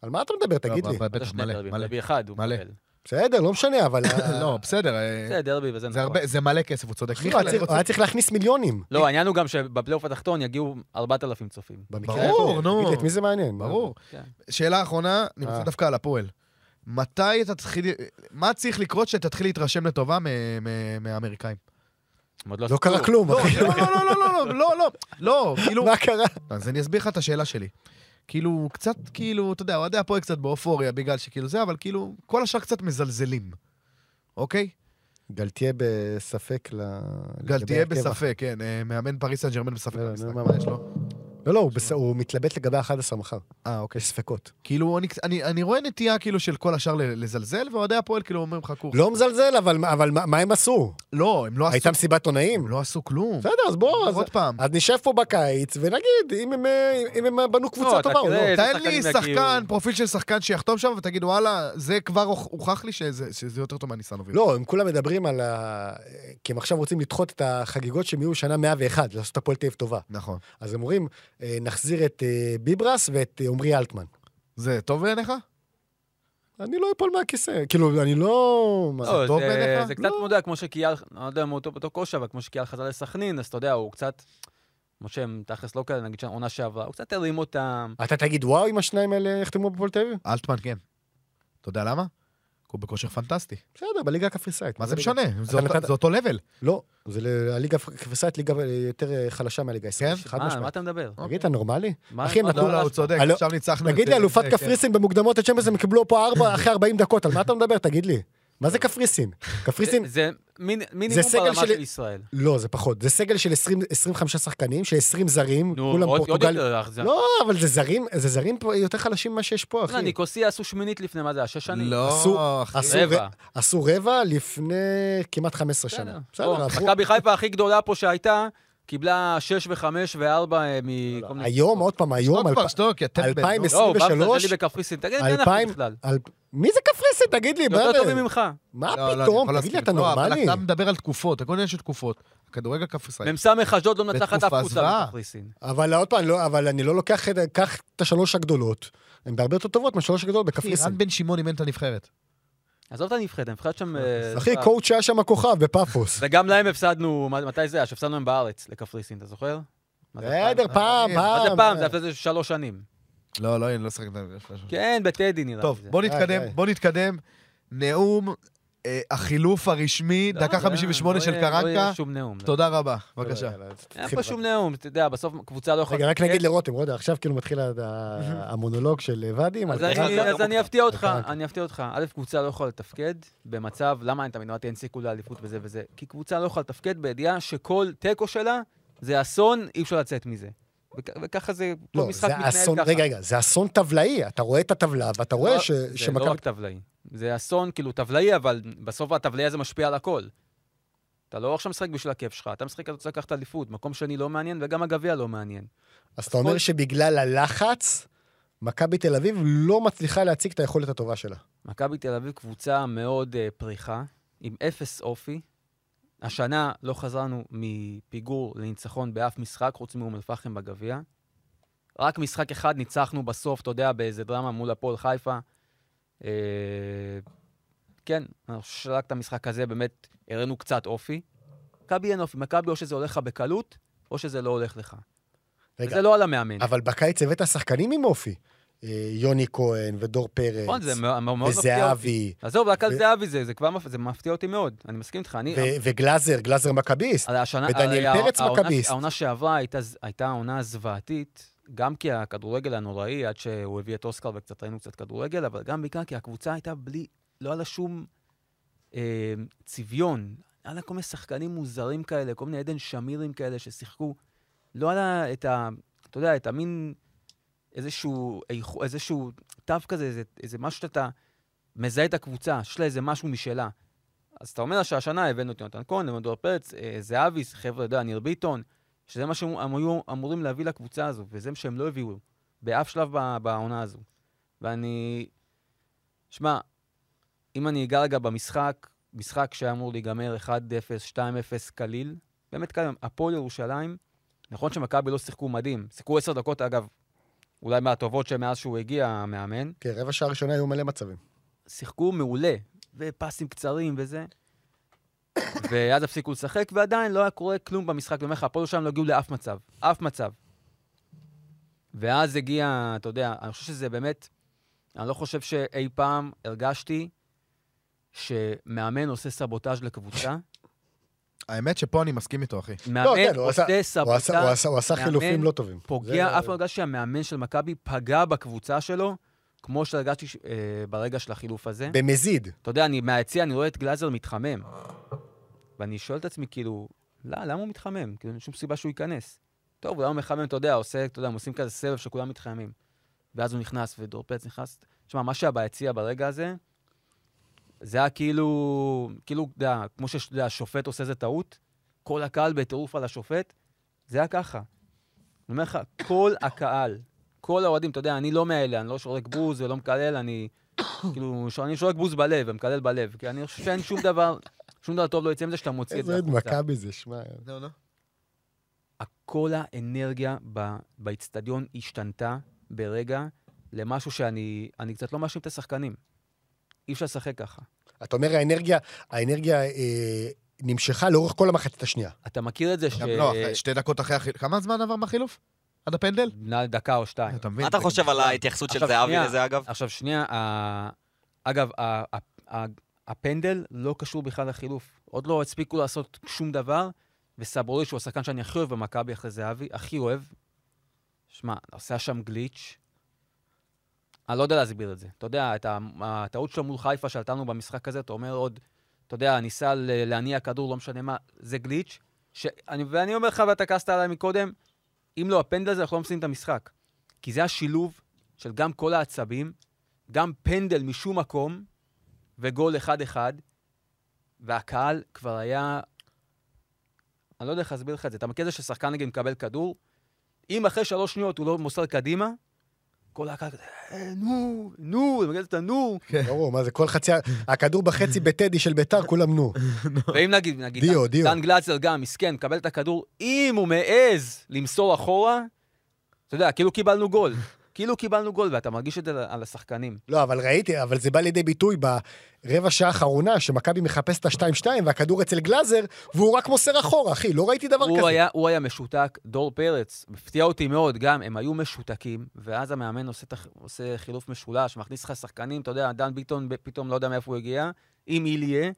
על מה אתה מדבר,
לא,
תגיד לי?
אבל
זה
בטח,
שני
מלא,
דרבים,
מלא.
דרבי אחד הוא
מלא.
מקבל.
בסדר, לא משנה, אבל... ה-
לא, בסדר, אה,
זה דרבי וזה
זה
נכון.
הרבה- זה מלא כסף, הוא צודק.
אחי, הוא
מיכאל,
היה צריך-
אני
הוא
רוצה-
היה צריך להכניס מיליונים.
לא, העניין הוא גם שבפלייאוף התחתון יגיעו 4,000 צופים.
במקרה
ברור,
הטוב.
נו.
תגיד לי, את מי זה מעניין?
ברור.
כן.
שאלה אחרונה, אני רוצה
אה.
דווקא על הפועל. מתי אתה תתחיל... מה צריך לקרות שתתחיל להתרשם לטובה מ- מ- מהאמריקאים?
הם עוד
לא קרה
שיחקו.
כלום,
לא,
אחי.
לא, לא, לא, לא, לא, לא, לא, לא, כאילו...
מה קרה?
אז אני אסביר לך את השאלה שלי. כאילו, קצת, כאילו, אתה יודע, אוהדי הפועל קצת באופוריה בגלל שכאילו זה, אבל כאילו, כל השאר קצת מזלזלים, אוקיי?
גלתיה בספק ל...
גל,
לגבי
תהיה
ההרכב.
בספק, כן, אה, מאמן פריס סן ג'רמן בספק
לא, לא,
במשחק,
מה,
מה
מה?
יש לו?
לא, לא, הוא בס- הוא מתלבט לגבי 11 מחר.
אה, אוקיי.
יש ספקות.
כאילו, אני- אני- אני רואה נטייה כאילו של כל השאר ל- לזלזל, ואוהדי הפועל כאילו אומרים, חכו.
לא מזלזל, אבל אבל מה- מה הם עשו?
לא, הם לא עשו
הייתה מסיבת עונאים?
הם לא עשו כלום.
בסדר, אז בואו,
נכון.
אז-
עוד פעם.
אז נשב פה בקיץ ונגיד אם הם, אה, אם הם בנו
לא,
קבוצה
אתה
טובה או לא.
תראה- איזה
תן לי
שחקנים יגיעו.
שחקן, פרופיל של שחקן שיחתום שם, ותגיד, וואלה, זה כבר הוכ- הוכח לי שזה שזה יותר טוב מהניסנוביץ'.
לא, הם כולם מדברים על ה... כי הם עכשיו רוצים לדחות את החגיגות שהם יהיו שנה 101, לעשות את הפועל תל אביב טובה.
נכון.
אז הם אומרים, אה, נחזיר את אה, ביברס ואת אה, עמרי אלטמן.
זה טוב בעיניך?
אני לא אפול מהכיסא, כאילו, אני לא... מה-
לא,
טוב
זה-
בעיניך?
זה קצת,
לא.
אתה יודע, כמו שקיאל, אני לא יודע אם הוא אותו- אותו כושר, אבל כמו שקיאל חזר לסכנין, אז אתה יודע, הוא קצת, כמו שהם תכלס לא כאלה, נגיד שהעונה שעברה, הוא קצת הרים אותם.
לא. אתה תגיד, וואו, אם השניים האלה יחתמו בפועל תל אביב?
אלטמן, כן. אתה יודע למה? כי הוא בכושר פנטסטי.
בסדר, בליגה הקפריסאית.
מה זה
בליגה-
משנה? זה
אתה
אותו-
נתת-
זה אותו לבל.
לא, זה ל- הליגה הקפריסאית ליגה אה, יותר אה, חלשה מהליגה הישראלית. חד
מה, על כן? אה, מה
משמעית.
אתה אוקיי. מדבר?
תגיד, אתה נורמלי?
מה-
אחי, הם
מה אתה
נתנו
לא,
אומר?
לא, הוא צודק,
הלו-
עכשיו ניצחנו. את-
תגיד לי, אלופת
זה, כן.
קפריסין במוקדמות הצ'מפיונס, הם קיבלו פה ארבע אחרי 40 דקות, על מה אתה מדבר? תגיד לי. מה זה קפריסין? קפריסין,
זה- זה מיני- מינימום
סגל
ברמה
של-
של ישראל.
לא, זה פחות. זה סגל של 20 25 שחקנים, של 20 זרים,
נו,
כולם
עוד- עוד
פורטוגל.
יותר אכזר.
לא, אבל זה זרים, זה זרים פה יותר חלשים ממה שיש פה,
אחי.
אחי.
ניקוסיה עשו שמינית לפני, מה זה היה? שש שנים?
לא,
עשו-
אחי.
עשו
רבע.
ר- עשו רבע לפני כמעט 15
בסדר.
שנה.
בוא,
בסדר, עברו-
מכבי לא חיפה הכי גדולה פה שהייתה, קיבלה שש וחמש וארבע אה, מכל מיני...
היום, עוד פעם, היום,
שתוק כבר,
אלפ-
שתוק, יא טמבל.
אלפיים
נו.
לא, עשרים-
לא, באפטה
23,
זה לי בקפריסין, תגיד, מי אנחנו
אלפיים... אה,
בכלל?
אל- מי זה קפריסין? תגיד לי,
יותר
מה-
טובים ממך.
מה
לא, לא, אני יכול
פתאום? תגיד
להסכים
לי, אתה
איתך. לא, אבל
נורמלי?
אתה מדבר על תקופות, הכל עניין של תקופות. הכדורגל הקפריסאי.
מ"ס אשדוד לא מנצחת אף
בתקופה
קבוצה
זוועה.
בקפריסין.
אבל עוד פעם, לא- אבל אני לא לוקח את ה- קח את השלוש הגדולות, הן בהרבה יותר טובות מהשלוש הגדולות בקפריסין.
רן בן שמעון אימן את הנבחרת.
עזוב את הנבחרת, הנבחרת שם... אה,
אחי,
זוועה.
קואוצ' היה שם הכוכב בפאפוס.
וגם להם הפסדנו, מה- מתי זה היה? שהפסדנו להם בארץ, לקפריסין, אתה זוכר? מה זה פעם?
בסדר, פעם,
אה,
מה
פעם.
זה פעם? זה היה לפני שלוש שנים.
לא, לא, אני לא אשחק את הנבחרת.
כן, אה, בטדי נראה לי
טוב,
זה.
בוא
די,
נתקדם,
די.
בוא נתקדם. נאום אה, החילוף הרשמי,
לא,
דקה
לא,
58 של
לא יהיה- לא
קרנקה.
יהיה לא שום נאום.
תודה רבה, בבקשה.
יאללה, יאללה,
אין
אה, תתחיל
פה שום נאום, אתה יודע, בסוף קבוצה לא יכולה...
רגע, רק נגיד לרותם, רותם, עכשיו כאילו מתחיל ה- ה- המונולוג של אה, ואדי.
אז
אבל-
אני-
קרנקה
אז
אתה
אני אפתיע אותך,
קרנקה.
אני אפתיע אותך. א', קבוצה לא יכולה לתפקד במצב, למה אני תמיד אמרתי אין סיכוי לאליפות וזה וזה? כי קבוצה לא יכולה לתפקד בידיעה שכל תיקו שלה זה אסון, אי אפשר לצאת מזה. וכ- וככה זה, כל
לא,
משחק
זה
מתנהל
אסון,
ככה.
רגע, רגע, זה אסון טבלאי, אתה רואה את הטבלה, ואתה רואה
לא,
ש-
זה לא
שמכבי...
רק טבלאי. זה אסון, כאילו, טבלאי, אבל בסוף הטבלאי הזה משפיע על הכל. אתה לא עכשיו משחק בשביל הכיף שלך, אתה משחק, אתה רוצה לקחת אליפות. מקום שני לא מעניין, וגם הגביע לא מעניין.
אז אתה אומר
כל-
שבגלל הלחץ, מכבי תל אביב לא מצליחה להציג את היכולת הטובה שלה.
מכבי תל אביב קבוצה מאוד uh, פריחה, עם אפס אופי. השנה לא חזרנו מפיגור לניצחון באף משחק, חוץ מאום אל-פחם בגביע. רק משחק אחד ניצחנו בסוף, אתה יודע, באיזה דרמה מול הפועל חיפה. אה, כן, אנחנו חושב שרק את המשחק הזה באמת הראינו קצת אופי. מכבי אין אופי, מכבי או שזה הולך לך בקלות, או שזה לא הולך לך.
רגע,
זה לא על המאמן.
אבל בקיץ הבאת שחקנים עם אופי. אה, יוני כהן ודור
נכון,
פרץ,
זה מאוד מאוד מפתיע אותי.
וזהבי,
עזוב, רק על
ו-
זהבי זה, זה כבר מפ- זה מפתיע אותי מאוד. אני מסכים איתך. אני...
ו- וגלאזר, גלאזר מכביסט.
על השנה,
ודניאל
הרי
פרץ
העונה-
מכביסט.
העונה שעברה הייתה, ז- הייתה עונה זוועתית, גם כי הכדורגל הנוראי, עד שהוא הביא את אוסקר וקצת ראינו קצת כדורגל, אבל גם בעיקר כי הקבוצה הייתה בלי, לא היה לה שום אה, צביון. היה לה כל מיני שחקנים מוזרים כאלה, כל מיני עדן שמירים כאלה ששיחקו. לא היה לה את ה... אתה יודע, את המין... איזשהו, איכו- איזשהו תו כזה, איזה, איזה משהו שאתה מזהה את הקבוצה, יש לה איזה משהו משלה. אז אתה אומר שהשנה הבאנו את יונתן כהן, הבאנו את דור פרץ, אה, זהבי, חבר'ה, אתה יודע, ניר ביטון, שזה מה שהם הם היו אמורים להביא לקבוצה הזו, וזה מה שהם לא הביאו באף שלב ב- בעונה הזו. ואני... שמע, אם אני אגע רגע במשחק, משחק שהיה אמור להיגמר 1-0, 2-0 קליל, באמת קל, הפועל ירושלים, נכון שמכבי לא שיחקו מדהים, שיחקו עשר דקות, אגב, אולי מהטובות שמאז שהוא הגיע, המאמן,
כן, רבע שעה ראשונה היו מלא מצבים.
שיחקו מעולה, ופסים קצרים וזה. ואז הפסיקו לשחק, ועדיין לא היה קורה כלום במשחק. אני אומר לך, הפועל שם לא הגיעו לאף מצב. אף מצב. ואז הגיע, אתה יודע, אני חושב שזה באמת, אני לא חושב שאי פעם הרגשתי שמאמן עושה סבוטאז' לקבוצה.
האמת שפה אני מסכים איתו, אחי.
מאמן
לא, כן, הוא עשה-
עושה
הוא עשה- הוא
סבוטאז',
עשה- הוא עשה
מאמן
חילופים לא טובים.
פוגע,
זה-
אף פעם לא הרגשתי שהמאמן של מכבי פגע בקבוצה שלו, כמו שהרגשתי ש- אה, ברגע של החילוף הזה.
במזיד.
אתה יודע, אני מהיציע, אני רואה את גלאזר מתחמם. ואני שואל את עצמי, כאילו, לא, למה הוא מתחמם? כאילו, אין שום סיבה שהוא ייכנס. טוב, אולי הוא מחמם, אתה יודע, עושה, אתה יודע, הם עושים כזה סבב שכולם מתחממים. ואז הוא נכנס, ודור פרץ נכנס. תשמע, מה שהיה ביציע ברגע הזה, זה היה כאילו, כאילו, אתה יודע, כמו שהשופט עושה איזה טעות, כל הקהל בטירוף על השופט, זה היה ככה. אני אומר לך, כל הקהל, כל האוהדים, אתה יודע, אני לא מאלה, אני לא שורק בוז ולא מקלל, אני כאילו, ש- אני שורק בוז בלב ומקלל בלב, כי אני חושב שאין שום דבר, שום דבר טוב לא יצא מזה שאתה מוציא את
איזה
זה
עד
החוצה.
מכבי זה, שמע.
לא, לא.
כל האנרגיה ב- באיצטדיון השתנתה ברגע למשהו שאני אני קצת לא מאשים את השחקנים. אי אפשר לשחק ככה.
אתה אומר, האנרגיה, האנרגיה אה, נמשכה לאורך כל המחצית השנייה.
אתה מכיר את זה ש...
גם לא, אחרי- שתי דקות אחרי החילוף. כמה זמן עבר מהחילוף? עד הפנדל?
נע- דקה או שתיים.
אתה מבין?
מה אתה חושב על ההתייחסות של
עכשיו,
זהבי
שנייה.
לזה, אגב?
עכשיו, שנייה, ה- אגב, ה- ה- ה- הפנדל לא קשור בכלל לחילוף. עוד לא הספיקו לעשות שום דבר, וסבורי, שהוא השחקן שאני הכי אוהב במכבי אחרי זהבי, הכי אוהב, שמע, עושה שם גליץ'. אני לא יודע להסביר את זה. אתה יודע, את ה- הטעות שלו מול חיפה שעלתה לנו במשחק הזה, אתה אומר עוד, אתה יודע, ניסה ל- להניע כדור, לא משנה מה, זה גליץ'. שאני, ואני אומר לך, ואתה כעסת עליי מקודם, אם לא הפנדל הזה, אנחנו לא מסיימים את המשחק. כי זה השילוב של גם כל העצבים, גם פנדל משום מקום, וגול אחד-אחד, והקהל כבר היה... אני לא יודע איך להסביר לך את זה. אתה מכיר את זה ששחקן נגיד מקבל כדור, אם אחרי שלוש שניות הוא לא מוסר קדימה, כל הקהל כזה, "אה, נו, נו, אתה מכיר את הנו.
ברור, מה זה, כל חצי... ה- הכדור בחצי בטדי של ביתר, כולם נו.
ואם נגיד, נגיד,
דיו,
דן-
דיו.
דן גלצר גם, מסכן, מקבל את הכדור, אם הוא מעז למסור אחורה, אתה יודע, כאילו קיבלנו גול. כאילו קיבלנו גול, ואתה מרגיש את זה על- על השחקנים.
לא, אבל ראיתי, אבל זה בא לידי ביטוי ברבע שעה האחרונה, שמכבי מחפש את ה-2-2 והכדור אצל גלאזר, והוא רק מוסר אחורה, אחי, לא ראיתי דבר
הוא
כזה.
היה, הוא היה משותק, דור פרץ, הפתיע אותי מאוד גם, הם היו משותקים, ואז המאמן עושה, תח, עושה חילוף משולש, מכניס לך שחקנים, אתה יודע, דן ביטון ב- פתאום לא יודע מאיפה הוא הגיע, אם איליה,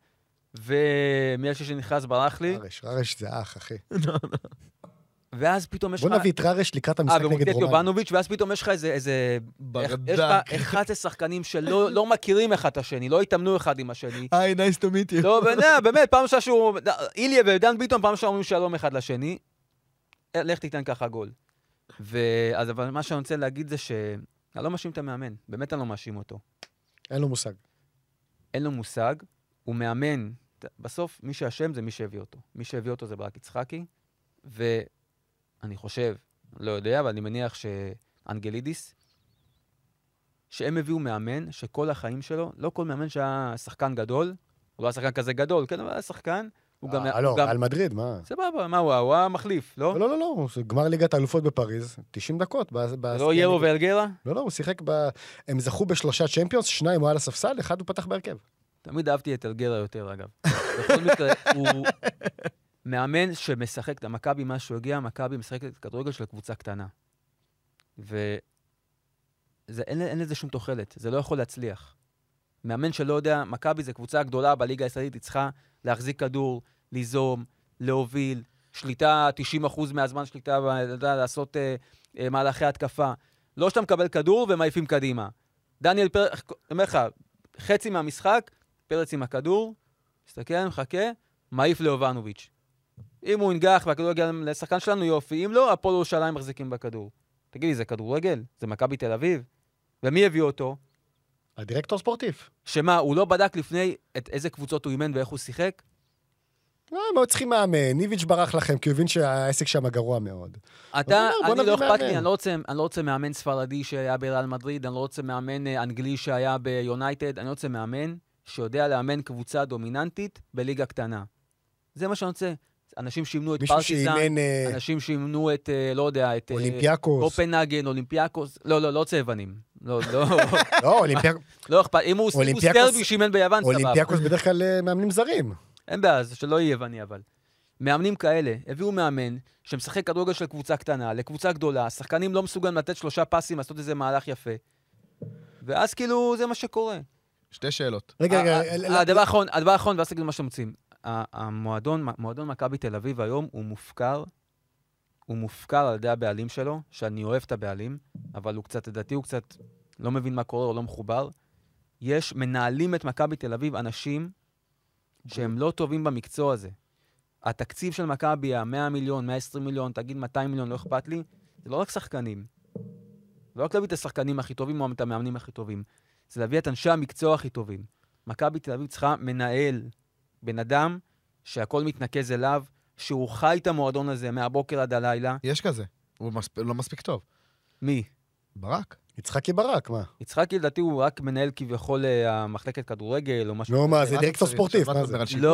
ומיל שנכנס ברח לי,
ררש, ררש זה אח, אחי.
ואז פתאום יש לך...
בוא נביא את ררש לקראת
אה,
המשחק
ומוציא
נגד
את
רומניה.
יובנוביץ', ואז פתאום יש לך איזה... איזה
ברדק.
יש לך 11 שחקנים שלא לא מכירים אחד את השני, לא התאמנו אחד עם השני.
היי, nice to meet you.
לא, באמת, באמת, פעם ראשונה שהוא... איליה ודן ביטון פעם ראשונה אומרים שלום אחד לשני, אה, לך תיתן ככה גול. ואז אבל מה שאני רוצה להגיד זה ש... אני לא מאשים את המאמן, באמת אני לא מאשים אותו.
אין לו מושג.
אין לו מושג, הוא מאמן. ת- בסוף, מי שאשם זה מי שהביא אותו. מי שהביא אותו זה ברק יצחקי, ואני חושב, לא יודע, אבל אני מניח שאנגלידיס, שהם הביאו מאמן שכל החיים שלו, לא כל מאמן שהיה שחקן גדול, הוא לא היה שחקן כזה גדול, כן, אבל היה שחקן, הוא גם...
אה,
הוא
לא,
גם-
על מדריד, מה?
סבבה, מה הוא, הוא המחליף, לא?
לא, לא, לא, זה גמר ליגת האלופות בפריז, 90 דקות. ב- ב-
לא ירו ואלגרה?
לא, לא, הוא שיחק ב... הם זכו בשלושה צ'מפיונס, שניים הוא היה על הספסל, אחד הוא פתח בהרכב.
תמיד אהבתי את אלגרה יותר, אגב. בכל מקרה, הוא מאמן שמשחק את המכבי, מה שהוא הגיע, מכבי משחקת כדורגל של קבוצה קטנה. ואני זה, אין, אין לזה שום תוחלת, זה לא יכול להצליח. מאמן שלא יודע, מכבי זו קבוצה גדולה בליגה הישראלית, היא צריכה להחזיק כדור, ליזום, להוביל, שליטה 90% מהזמן שליטה, ב- אתה יודע, לעשות אה, אה, מהלכי התקפה. לא שאתה מקבל כדור ומעיפים קדימה. דניאל פרץ, אומר לך, חצי מהמשחק, פרץ עם הכדור, מסתכל, מחכה, מעיף ליובנוביץ'. אם הוא ינגח והכדור יגיע לשחקן שלנו, יופי. אם לא, הפועל ירושלים מחזיקים בכדור. תגיד לי, זה כדורגל? זה מכבי תל אביב? ומי הביא אותו?
הדירקטור ספורטיב.
שמה, הוא לא בדק לפני את איזה קבוצות הוא אימן ואיך הוא שיחק?
לא, הם היו צריכים מאמן, איביץ' ברח לכם, כי הוא הבין שהעסק שם גרוע מאוד.
אתה,
אומר, בוא
אני
נביא
לא אכפת
מאמן.
לי, אני לא רוצה- אני לא רוצה מאמן ספרדי שהיה בריאל מדריד, אני לא רוצה מאמן אה, אנגלי שהיה ביונייטד, אני לא רוצה מאמן שיודע לאמן קבוצה דומיננטית בליגה קטנה. זה מה שאני רוצה. אנשים שימנו את
מישהו
פרטיזן,
שאימן אה,
אנשים שימנו את, אה, לא יודע, את... אה,
אולימפיאקוס.
קופנהגן, אולימפיאקוס, לא, לא, לא רוצה יוונים. לא, לא,
לא, אולימפיאק-
לא אכפת, אם הוא הוא
אולימפיאקוס-
סרבי שאימן ביוון, סבבה.
אולימפיאקוס בדרך כלל אה, מאמנים זרים.
אין בעיה, אז שלא יהיה יווני אבל. מאמנים כאלה, הביאו מאמן שמשחק כדורגל של קבוצה קטנה לקבוצה גדולה, השחקנים לא מסוגלים לתת שלושה פסים, לעשות איזה מהלך יפה. ואז כאילו, זה מה שקורה.
שתי שאלות.
רגע, רגע,
ה-
אה,
ה-
לא-
הדבר האחרון, הדבר האחרון, ואז תגידו מה שאתם רוצים. ה- המועדון, מועדון מכבי תל אביב היום הוא מופקר, הוא מופקר על ידי הבעלים שלו, שאני אוהב את הבעלים, אבל הוא קצת, לדעתי, הוא קצת לא מבין מה קורה, הוא לא מחובר. יש, מנהלים את מכבי תל אביב אנשים שהם לא טובים במקצוע הזה. התקציב של מכבי, ה-100 מיליון, 120 מיליון, תגיד 200 מיליון, לא אכפת לי, זה לא רק שחקנים. זה לא רק להביא את השחקנים הכי טובים או את המאמנים הכי טובים, זה להביא את אנשי המקצוע הכי טובים. מכבי תל אביב צריכה מנהל, בן אדם שהכל מתנקז אליו, שהוא חי את המועדון הזה מהבוקר עד הלילה.
יש כזה. הוא מספ- לא מספיק טוב.
מי?
ברק.
יצחקי ברק, מה?
יצחקי לדעתי הוא רק מנהל כביכול אה, המחלקת כדורגל או משהו.
נו, מה,
כזה.
זה
מה
דירקטור
צריך?
ספורטיב,
עכשיו
מה
אתה
זה?
מדבר על שיווק?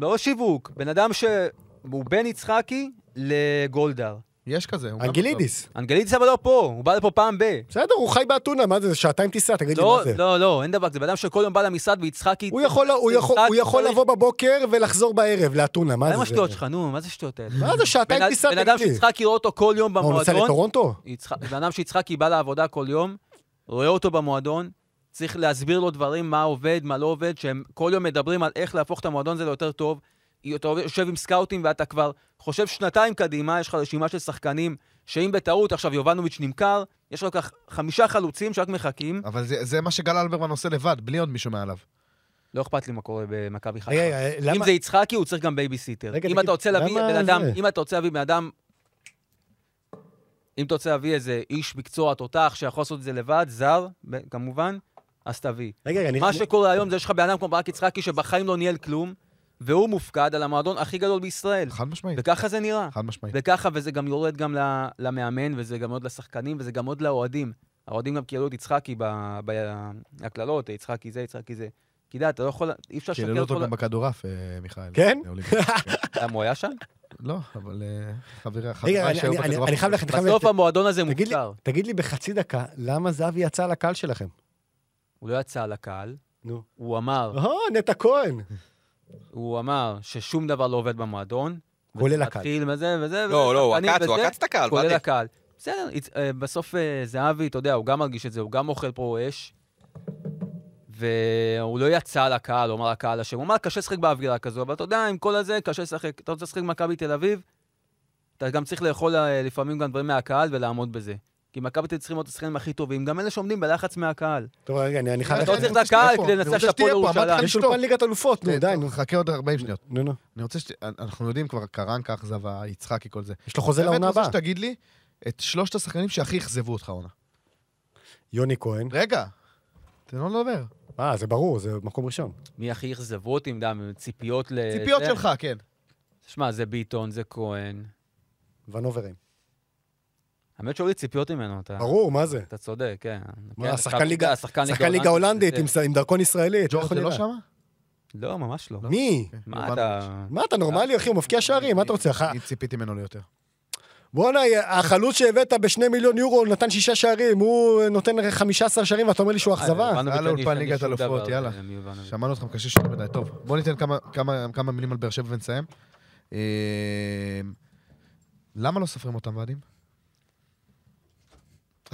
לא, לא שיווק. בן אדם שהוא בין יצחקי לגולדהר.
יש כזה. הוא גם טוב.
אנגלידיס.
אנגלידיס אבל לא פה, הוא בא לפה פעם ב...
בסדר, הוא חי באתונה, מה זה, זה שעתיים טיסה, תגיד לי
לא,
מה זה.
לא, לא, אין דבר כזה. בן אדם שכל יום בא למשרד ויצחקי...
הוא יכול- הוא יכול- הוא יכול לבוא בבוקר ולחזור בערב לאתונה, מה
מה
זה?
עם השטויות שלך, נו? מה זה שטויות האלה?
מה זה, שעתיים
בן-
טיסה,
בן אדם
תגיד לי.
שיצחקי רואה אותו כל יום
מה, הוא נוסע
במועדון,
לטורונטו?
יצחק- בן אדם שיצחקי בא לעבודה כל יום, רואה אותו במועדון, צריך להסביר לו דברים, מה עובד, מה לא עובד, שהם כל יום מדברים על איך להפוך את המועדון הזה ליותר טוב. אתה יושב עם סקאוטים ואתה כבר חושב שנתיים קדימה, יש לך רשימה של שחקנים, שאם בטעות עכשיו יובנוביץ' נמכר, יש לו כך חמישה חלוצים שרק מחכים.
אבל זה- זה מה שגל אלברמן עושה לבד, בלי עוד מישהו מעליו.
לא אכפת לי מה קורה במכבי חיפה.
רגע, רגע,
אם
למה?
זה יצחקי, הוא צריך גם בייביסיטר.
רגע,
אם
תגיד,
אתה רוצה להביא
למה
בן אדם,
זה?
אם אתה רוצה להביא בן אדם, אם אתה רוצה להביא איזה איש מקצוע תותח שיכול לעשות את זה לבד, זר, ב- כמובן, אז תביא.
רגע, רגע, אני-
מה שקורה היום זה שיש לך בן אדם כמו ברק יצחקי שבחיים לא ניהל כלום, והוא מופקד על המועדון הכי גדול בישראל.
חד משמעית.
וככה זה נראה.
חד משמעית.
וככה, וזה גם יורד גם ל- למאמן, וזה גם יורד לשחקנים, וזה גם יורד לאוהדים. האוהדים גם קיללו את יצחקי ב- בהקללות, יצחקי זה, יצחקי זה. כי אתה יודע, אתה לא יכול, אי אפשר לשקר
קיללו
את
אותו
כל...
גם בכדורעף, אה, מיכאל.
כן?
לאולימפי. כן.
למה הוא היה שם?
לא, אבל אה, חברי
רגע,
חבריי
אני-
שהיו
אני- אני-
בכדורעף.
אני חייב לך, אני חייב
בסוף המועדון הזה
תגיד לי-
מופקר.
תגיד לי בחצי דקה, למה זהבי יצא על הקהל שלכם?
הוא לא יצא לקהל,
נו.
הוא אמר,
או, נטע כהן.
הוא אמר ששום דבר לא עובד במועדון.
כולל הקהל.
מתחיל וזה וזה.
לא, לא, הוא
ושחקנים
עקץ, הוא
וזה,
עקץ את הקהל,
כולל
באתי.
הקהל. בסדר, יצ- אה, בסוף אה, זהבי, אתה יודע, הוא גם מרגיש את זה, הוא גם אוכל פה אש. והוא לא יצא לקהל, הוא אמר לקהל אשם. הוא אמר, קשה לשחק באווירה כזו, אבל אתה יודע, עם כל הזה, קשה לשחק. אתה רוצה לשחק במכבי תל אביב, אתה גם צריך לאכול אה, לפעמים גם דברים מהקהל ולעמוד בזה. כי מכבי תל אביב צריכים להיות השחקנים הכי טובים, גם אלה שעומדים בלחץ מהקהל.
טוב, רגע, אני אני חייב...
אתה לא
ללכת.
צריך את הקהל
איפה?
כדי
אני
לנצח
רוצה
את הפועל
שתהיה פה, אמרתי לך,
ירושלים.
יש אולפן ליגת אלופות,
כן,
נו, די, נו.
חכה עוד 40 שניות.
נו, נו.
אני רוצה ש... אנחנו יודעים כבר, קרנקה, אכזבה, יצחקי, כל זה.
יש לו חוזה
באמת,
לעונה
רוצה
הבאה.
שתגיד לי את שלושת השחקנים שהכי אכזבו אותך העונה.
יוני כהן.
רגע, תן לו לדבר.
אה, זה ברור, זה מקום ראשון.
מי הכי אכזבו אותי, אתה יודע, עם ציפיות ל...
ציפיות
אה, זה-
שלך, כן.
שמע, זה ביטון, זה כהן.
ונוברים.
אה.
האמת שהיו לי ציפיות ממנו, אתה...
ברור, מה זה?
אתה צודק, כן.
מה,
כן,
השחקן
עכשיו,
ליגה-
אתה יודע, השחקן
שחקן ליגה הולנדית עם
זה-
ס- עם דרכון ישראלי. אתה
אה, ג'ורג'
יכול
זה לא אוקיי.
לראות.
שמה? כן,
לא, ממש לא.
מי?
מה אתה...
מה, אתה נורמלי, אחי? הוא מבקיע שערים, מה אתה רוצה? הח-
אני ציפיתי ממנו ליותר.
בואנה, אה, החלוץ שהבאת בשני מיליון יורו נתן שישה שערים, הוא נותן 15 שערים ואתה אומר לי
אה,
שהוא אכזבה?
אה, יובנוביץ'
יאללה,
אין לי-
אולפן
אין לי
ליגת
שום
אלופות,
דבר,
יאללה.
אה, מיובנוביץ'.
שמענו אותך מקשקש יותר מדי. טוב, בוא ניתן כמה- כמה- כמה מילים על באר שבע ונסיים. אה, למה לא סופרים אותם ועדים?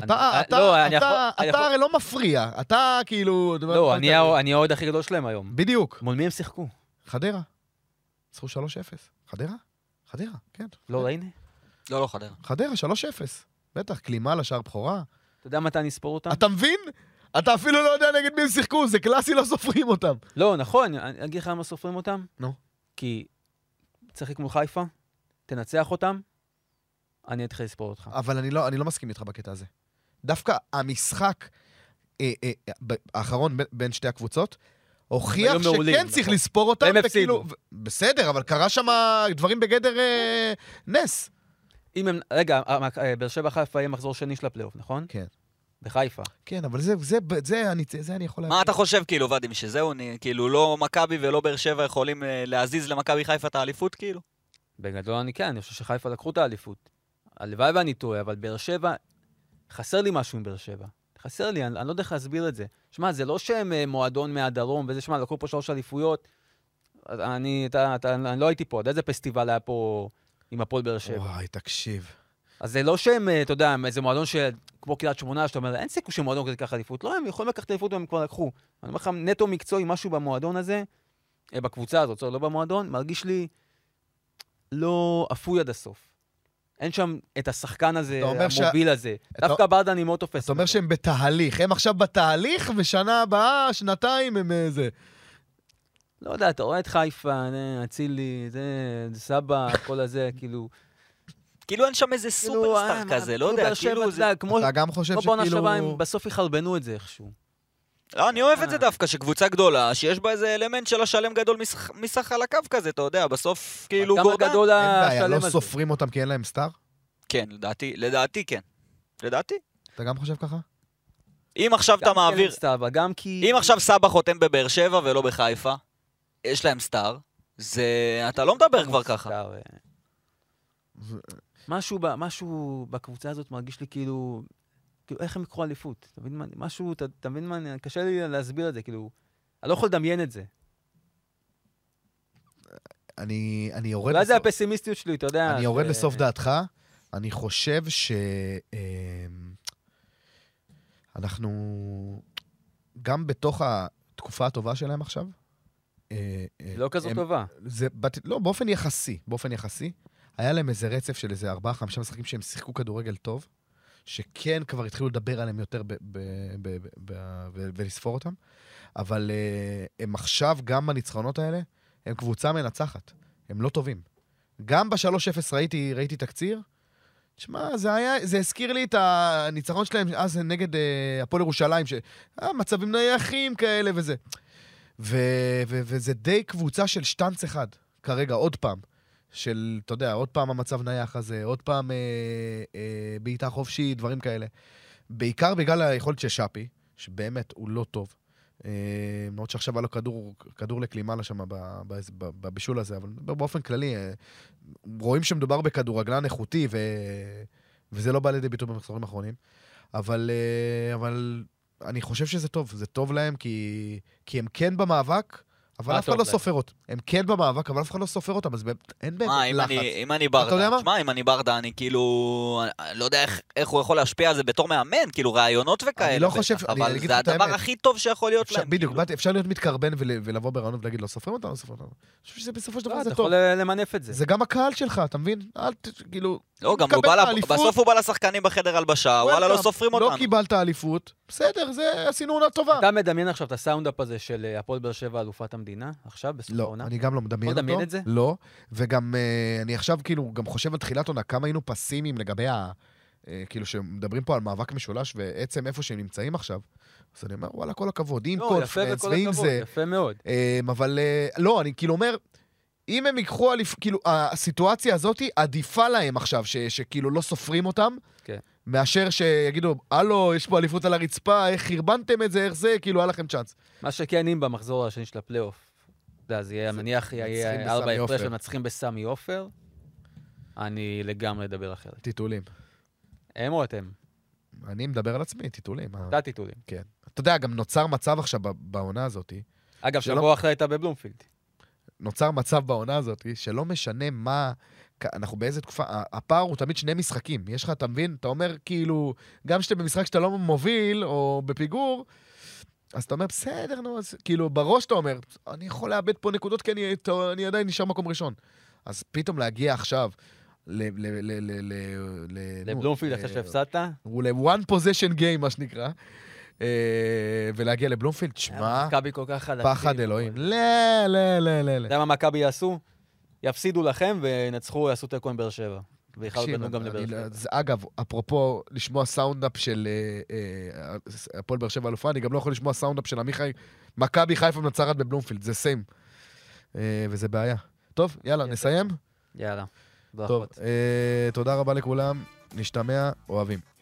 אתה,
אה,
אתה,
לא, אני
אתה,
יכול- אני
אתה
יכול-
הרי לא מפריע. אתה כאילו...
לא, אני
אתה-
ה- אני האוהד הכי גדול שלהם היום.
בדיוק.
מול מי הם שיחקו?
חדרה. ניצחו 3-0. חדרה? חדרה, כן.
לא ראיני?
לא, לא חדרה.
חדרה, 3-0. בטח, כלימה לשער בכורה.
אתה יודע מתי אני אספור אותם?
אתה מבין? אתה אפילו לא יודע נגד מי הם שיחקו, זה קלאסי, לא סופרים אותם.
לא, נכון, אני אגיד לך למה סופרים אותם.
נו.
כי תשחק מול חיפה, תנצח אותם, אני אתחיל לספור אותך.
אבל אני לא, אני לא מסכים איתך בקטע הזה. דווקא המשחק אה, אה, אה, ב- האחרון בין, בין שתי הקבוצות, הוכיח
היו
שכן
מעולים,
צריך
נכון.
לספור אותם.
והם
וכאילו-
הפסידו.
ו- בסדר, אבל קרה שם דברים בגדר אה, נס. אם
אם הם, רגע, אה, אה, באר שבע חיפה יהיה מחזור שני של הפלייאוף, נכון?
כן.
בחיפה.
כן, אבל זה, זה, זה, זה, אני, זה אני יכול
מה אתה חושב, כאילו, ואדים, שזהו, אני- כאילו, לא מכבי ולא באר שבע יכולים אה, להזיז למכבי חיפה את האליפות, כאילו?
בגדול אני כן, אני חושב שחיפה לקחו את האליפות. הלוואי ואני טועה, אבל באר שבע, חסר לי משהו עם באר שבע. חסר לי, אני, אני לא יודע איך להסביר את זה. שמע, זה לא שהם אה, מועדון מהדרום, וזה, שמע, לקחו פה שלוש אליפויות. אז אני, אתה, אתה, אני לא הייתי פה, אתה יודע איזה פסטיבל היה פה עם הפועל באר שבע.
וואי, תקשיב.
אז זה לא שהם, אה, אתה יודע, הם איזה מועדון של, כמו קריית שמונה, שאתה אומר, אין סיכוי שמועדון כזה ייקח אליפות. לא, הם יכולים לקחת אליפות והם כבר לקחו. אני אומר לך, נטו מקצועי, משהו במועדון הזה, אה, בקבוצה הזאת, זאת אומרת, לא במועדון, מרגיש לי לא אפוי עד הסוף. אין שם את השחקן הזה,
אתה אומר ש-
המוביל הזה.
אתה-
דווקא ברדה אני מאוד תופס.
אתה אומר
אותו.
שהם בתהליך, הם עכשיו בתהליך, ושנה הבאה, שנתיים, הם אה, זה.
לא יודע, אתה רואה את חיפה, זה, אצילי, זה, זה סבא, כל הזה, כאילו...
כאילו אין שם איזה
כאילו, אה,
סופרסטאר כזה, לא
כאילו
יודע,
באר שבע,
כאילו
אתה
זה...
יודע, כמו
אתה גם חושב
כמו בעונה שעברה, הם
שכאילו...
בסוף יחרבנו את זה איכשהו.
לא, אני אוהב את זה
אה.
דווקא, שקבוצה גדולה, שיש בה איזה אלמנט של השלם גדול מסך- מסך על הקו כזה, אתה יודע, בסוף כאילו
כמה
גורדן...
גדול
אין בעיה,
השלם
לא
הזה.
סופרים אותם כי אין להם סטאר?
כן, לדעתי, לדעתי כן. לדעתי.
אתה גם חושב ככה?
אם עכשיו אתה
גם כי אין
מעביר...
להם סתיו, אבל גם כי...
אם עכשיו סבא חותם בבאר שבע ולא בחיפה, יש להם סטאר, זה... אתה לא מדבר כבר ככה.
סתיו, אה. משהו, ב- משהו בקבוצה הזאת מרגיש לי כאילו... כאילו, איך הם יקחו אליפות? אתה מבין מה... משהו, אתה- אתה מבין מה... אני- קשה לי להסביר את זה, כאילו... אני לא יכול לדמיין את זה.
אני אני יורד
אולי זה
לסוף-
הפסימיסטיות שלי, אתה יודע. אה,
אני יורד
ש-
לסוף דעתך. אני חושב ש... אמ, אנחנו... גם בתוך התקופה הטובה שלהם עכשיו, אה, אה,
היא לא כזאת
הם-
טובה.
זה, בת- לא, באופן יחסי, באופן יחסי, היה להם איזה רצף של איזה ארבעה, חמישה משחקים שהם שיחקו כדורגל טוב, שכן כבר התחילו לדבר עליהם יותר ב- ב- ב- ב- ב- ו- ולספור אותם, אבל אה, הם עכשיו, גם בניצחונות האלה, הם קבוצה מנצחת, הם לא טובים. גם ב-3-0 ראיתי, ראיתי תקציר, תשמע, זה, היה- זה הזכיר לי את הניצחון שלהם אז נגד אה, הפועל ירושלים, ש- אה, מצבים נייחים כאלה וזה. ו- ו- וזה די קבוצה של שטאנץ אחד, כרגע, עוד פעם. של, אתה יודע, עוד פעם המצב נייח הזה, עוד פעם אה, אה, בעיטה חופשית, דברים כאלה. בעיקר בגלל היכולת של שפי, שבאמת הוא לא טוב. אה, למרות שעכשיו היה לו כדור, כדור לכלימה לשם ב- ב- ב- בבישול הזה, אבל אני מדבר באופן כללי, אה, רואים שמדובר בכדורגלן איכותי, ו... וזה לא בא לידי ביטוי במחזורים האחרונים. אבל, אה, אבל אני חושב שזה טוב, זה טוב להם כי, כי הם כן במאבק, אבל
מה
אף אחד
טוב
לא
להם?
סופר אותם. הם כן במאבק, אבל אף אחד לא סופר אותם, אז באמת, אין באמת
מה, אם
לחץ.
אני, אם אני ברדה,
אתה יודע מה?
שמע, אם אני ברדה, אני כאילו, אני לא יודע איך, איך הוא יכול להשפיע על זה בתור מאמן, כאילו רעיונות וכאלה.
לא חושב-
בטח,
אני
אבל
אגיד
זה
לך את
הדבר
האמת.
הכי טוב שיכול להיות
אפשר,
להם.
בדיוק,
כאילו.
באתי- אפשר להיות מתקרבן ול- ולבוא ברעיונות ולהגיד, לא סופרים אותנו, לא סופרים אותנו. אני חושב שזה בסופו של
לא,
דבר
אתה
זה טוב.
יכול ל- למנף את זה.
זה גם הקהל שלך, אתה מבין? אל ת... כאילו...
לא, גם הוא
תקבל
בא,
את
לב-
האליפות,
בסוף הוא בא לשחקנים בחדר הלבשה,
אה,
וואלה, לא
welcome.
סופרים
לא
אותנו.
קיבלת אליפות, בסדר, זה עשינו עונה טובה.
אתה מדמיין עכשיו את הסאונדאפ הזה של אה, הפועל באר שבע אלופת המדינה, עכשיו, בסוף
לא,
העונה?
אני גם לא מדמיין
יכול
אותו.
לדמיין את זה?
לא, וגם אה, אני עכשיו כאילו גם חושב על תחילת עונה, כמה היינו פסימיים לגבי ה... אה, כאילו, שמדברים פה על מאבק משולש, ועצם איפה שהם נמצאים עכשיו, אז אני אומר, וואלה, כל הכבוד, עם
לא, יפה
קונפרנס
וכל
ועם
הכבוד,
זה,
יפה מאוד.
אמ, אבל אה, לא, אני כאילו אומר, אם הם ייקחו, אליפ- כאילו, הסיטואציה הזאת עדיפה להם עכשיו, ש- שכאילו לא סופרים אותם,
כן.
מאשר שיגידו, הלו, יש פה אליפות על הרצפה, איך חרבנתם את זה, איך זה, כאילו, היה לכם צ'אנס.
מה שכן, אם במחזור השני של הפלייאוף, אתה יודע, זה יהיה,
זה-
נניח,
מנצחים
יהיה ארבע
בסמי
הפרש
עופר.
ומנצחים בסמי עופר, אני לגמרי אדבר אחרת.
טיטולים.
הם או אתם?
אני מדבר על עצמי, טיטולים. אה.
אתה טיטולים.
אתה יודע, גם נוצר מצב עכשיו ב- בעונה הזאת.
אגב,
שלא-
שבוע אחרי הייתה בבלומפילד.
נוצר מצב בעונה הזאת, שלא משנה מה, כ- אנחנו באיזה תקופה, ה- הפער הוא תמיד שני משחקים. יש לך, אתה מבין? אתה אומר, כאילו, גם כשאתה במשחק שאתה לא מוביל, או בפיגור, אז אתה אומר, בסדר, נו, אז כאילו, בראש אתה אומר, אני יכול לאבד פה נקודות כי אני, אתה- אני עדיין נשאר מקום ראשון. אז פתאום להגיע עכשיו ל... ל... ל... ל... ל... ל... נו,
לבלומפילד
אה,
אחרי שהפסדת?
הוא ל-one possession game, מה שנקרא, אה, ולהגיע לבלומפילד, תשמע,
מכבי כל כך חלשים.
פחד אלוהים. לא, לא, לא, לא,
אתה
לא.
יודע מה מכבי יעשו? יפסידו לכם וינצחו, יעשו תיקו עם באר שבע. ויחלו
תקשיב,
בנו גם
אני
לבאר
לא-
שבע.
זה- אגב, אפרופו לשמוע סאונדאפ של אה, אה, הפועל באר שבע אלופה, אני גם לא יכול לשמוע סאונדאפ של עמיחי, מכבי חיפה מנצחת בבלומפילד, זה סיים. אה, וזה בעיה. טוב, יאללה,
יפה.
נסיים?
יאללה.
טוב,
ברכות.
אה, תודה רבה לכולם, נשתמע, אוהבים.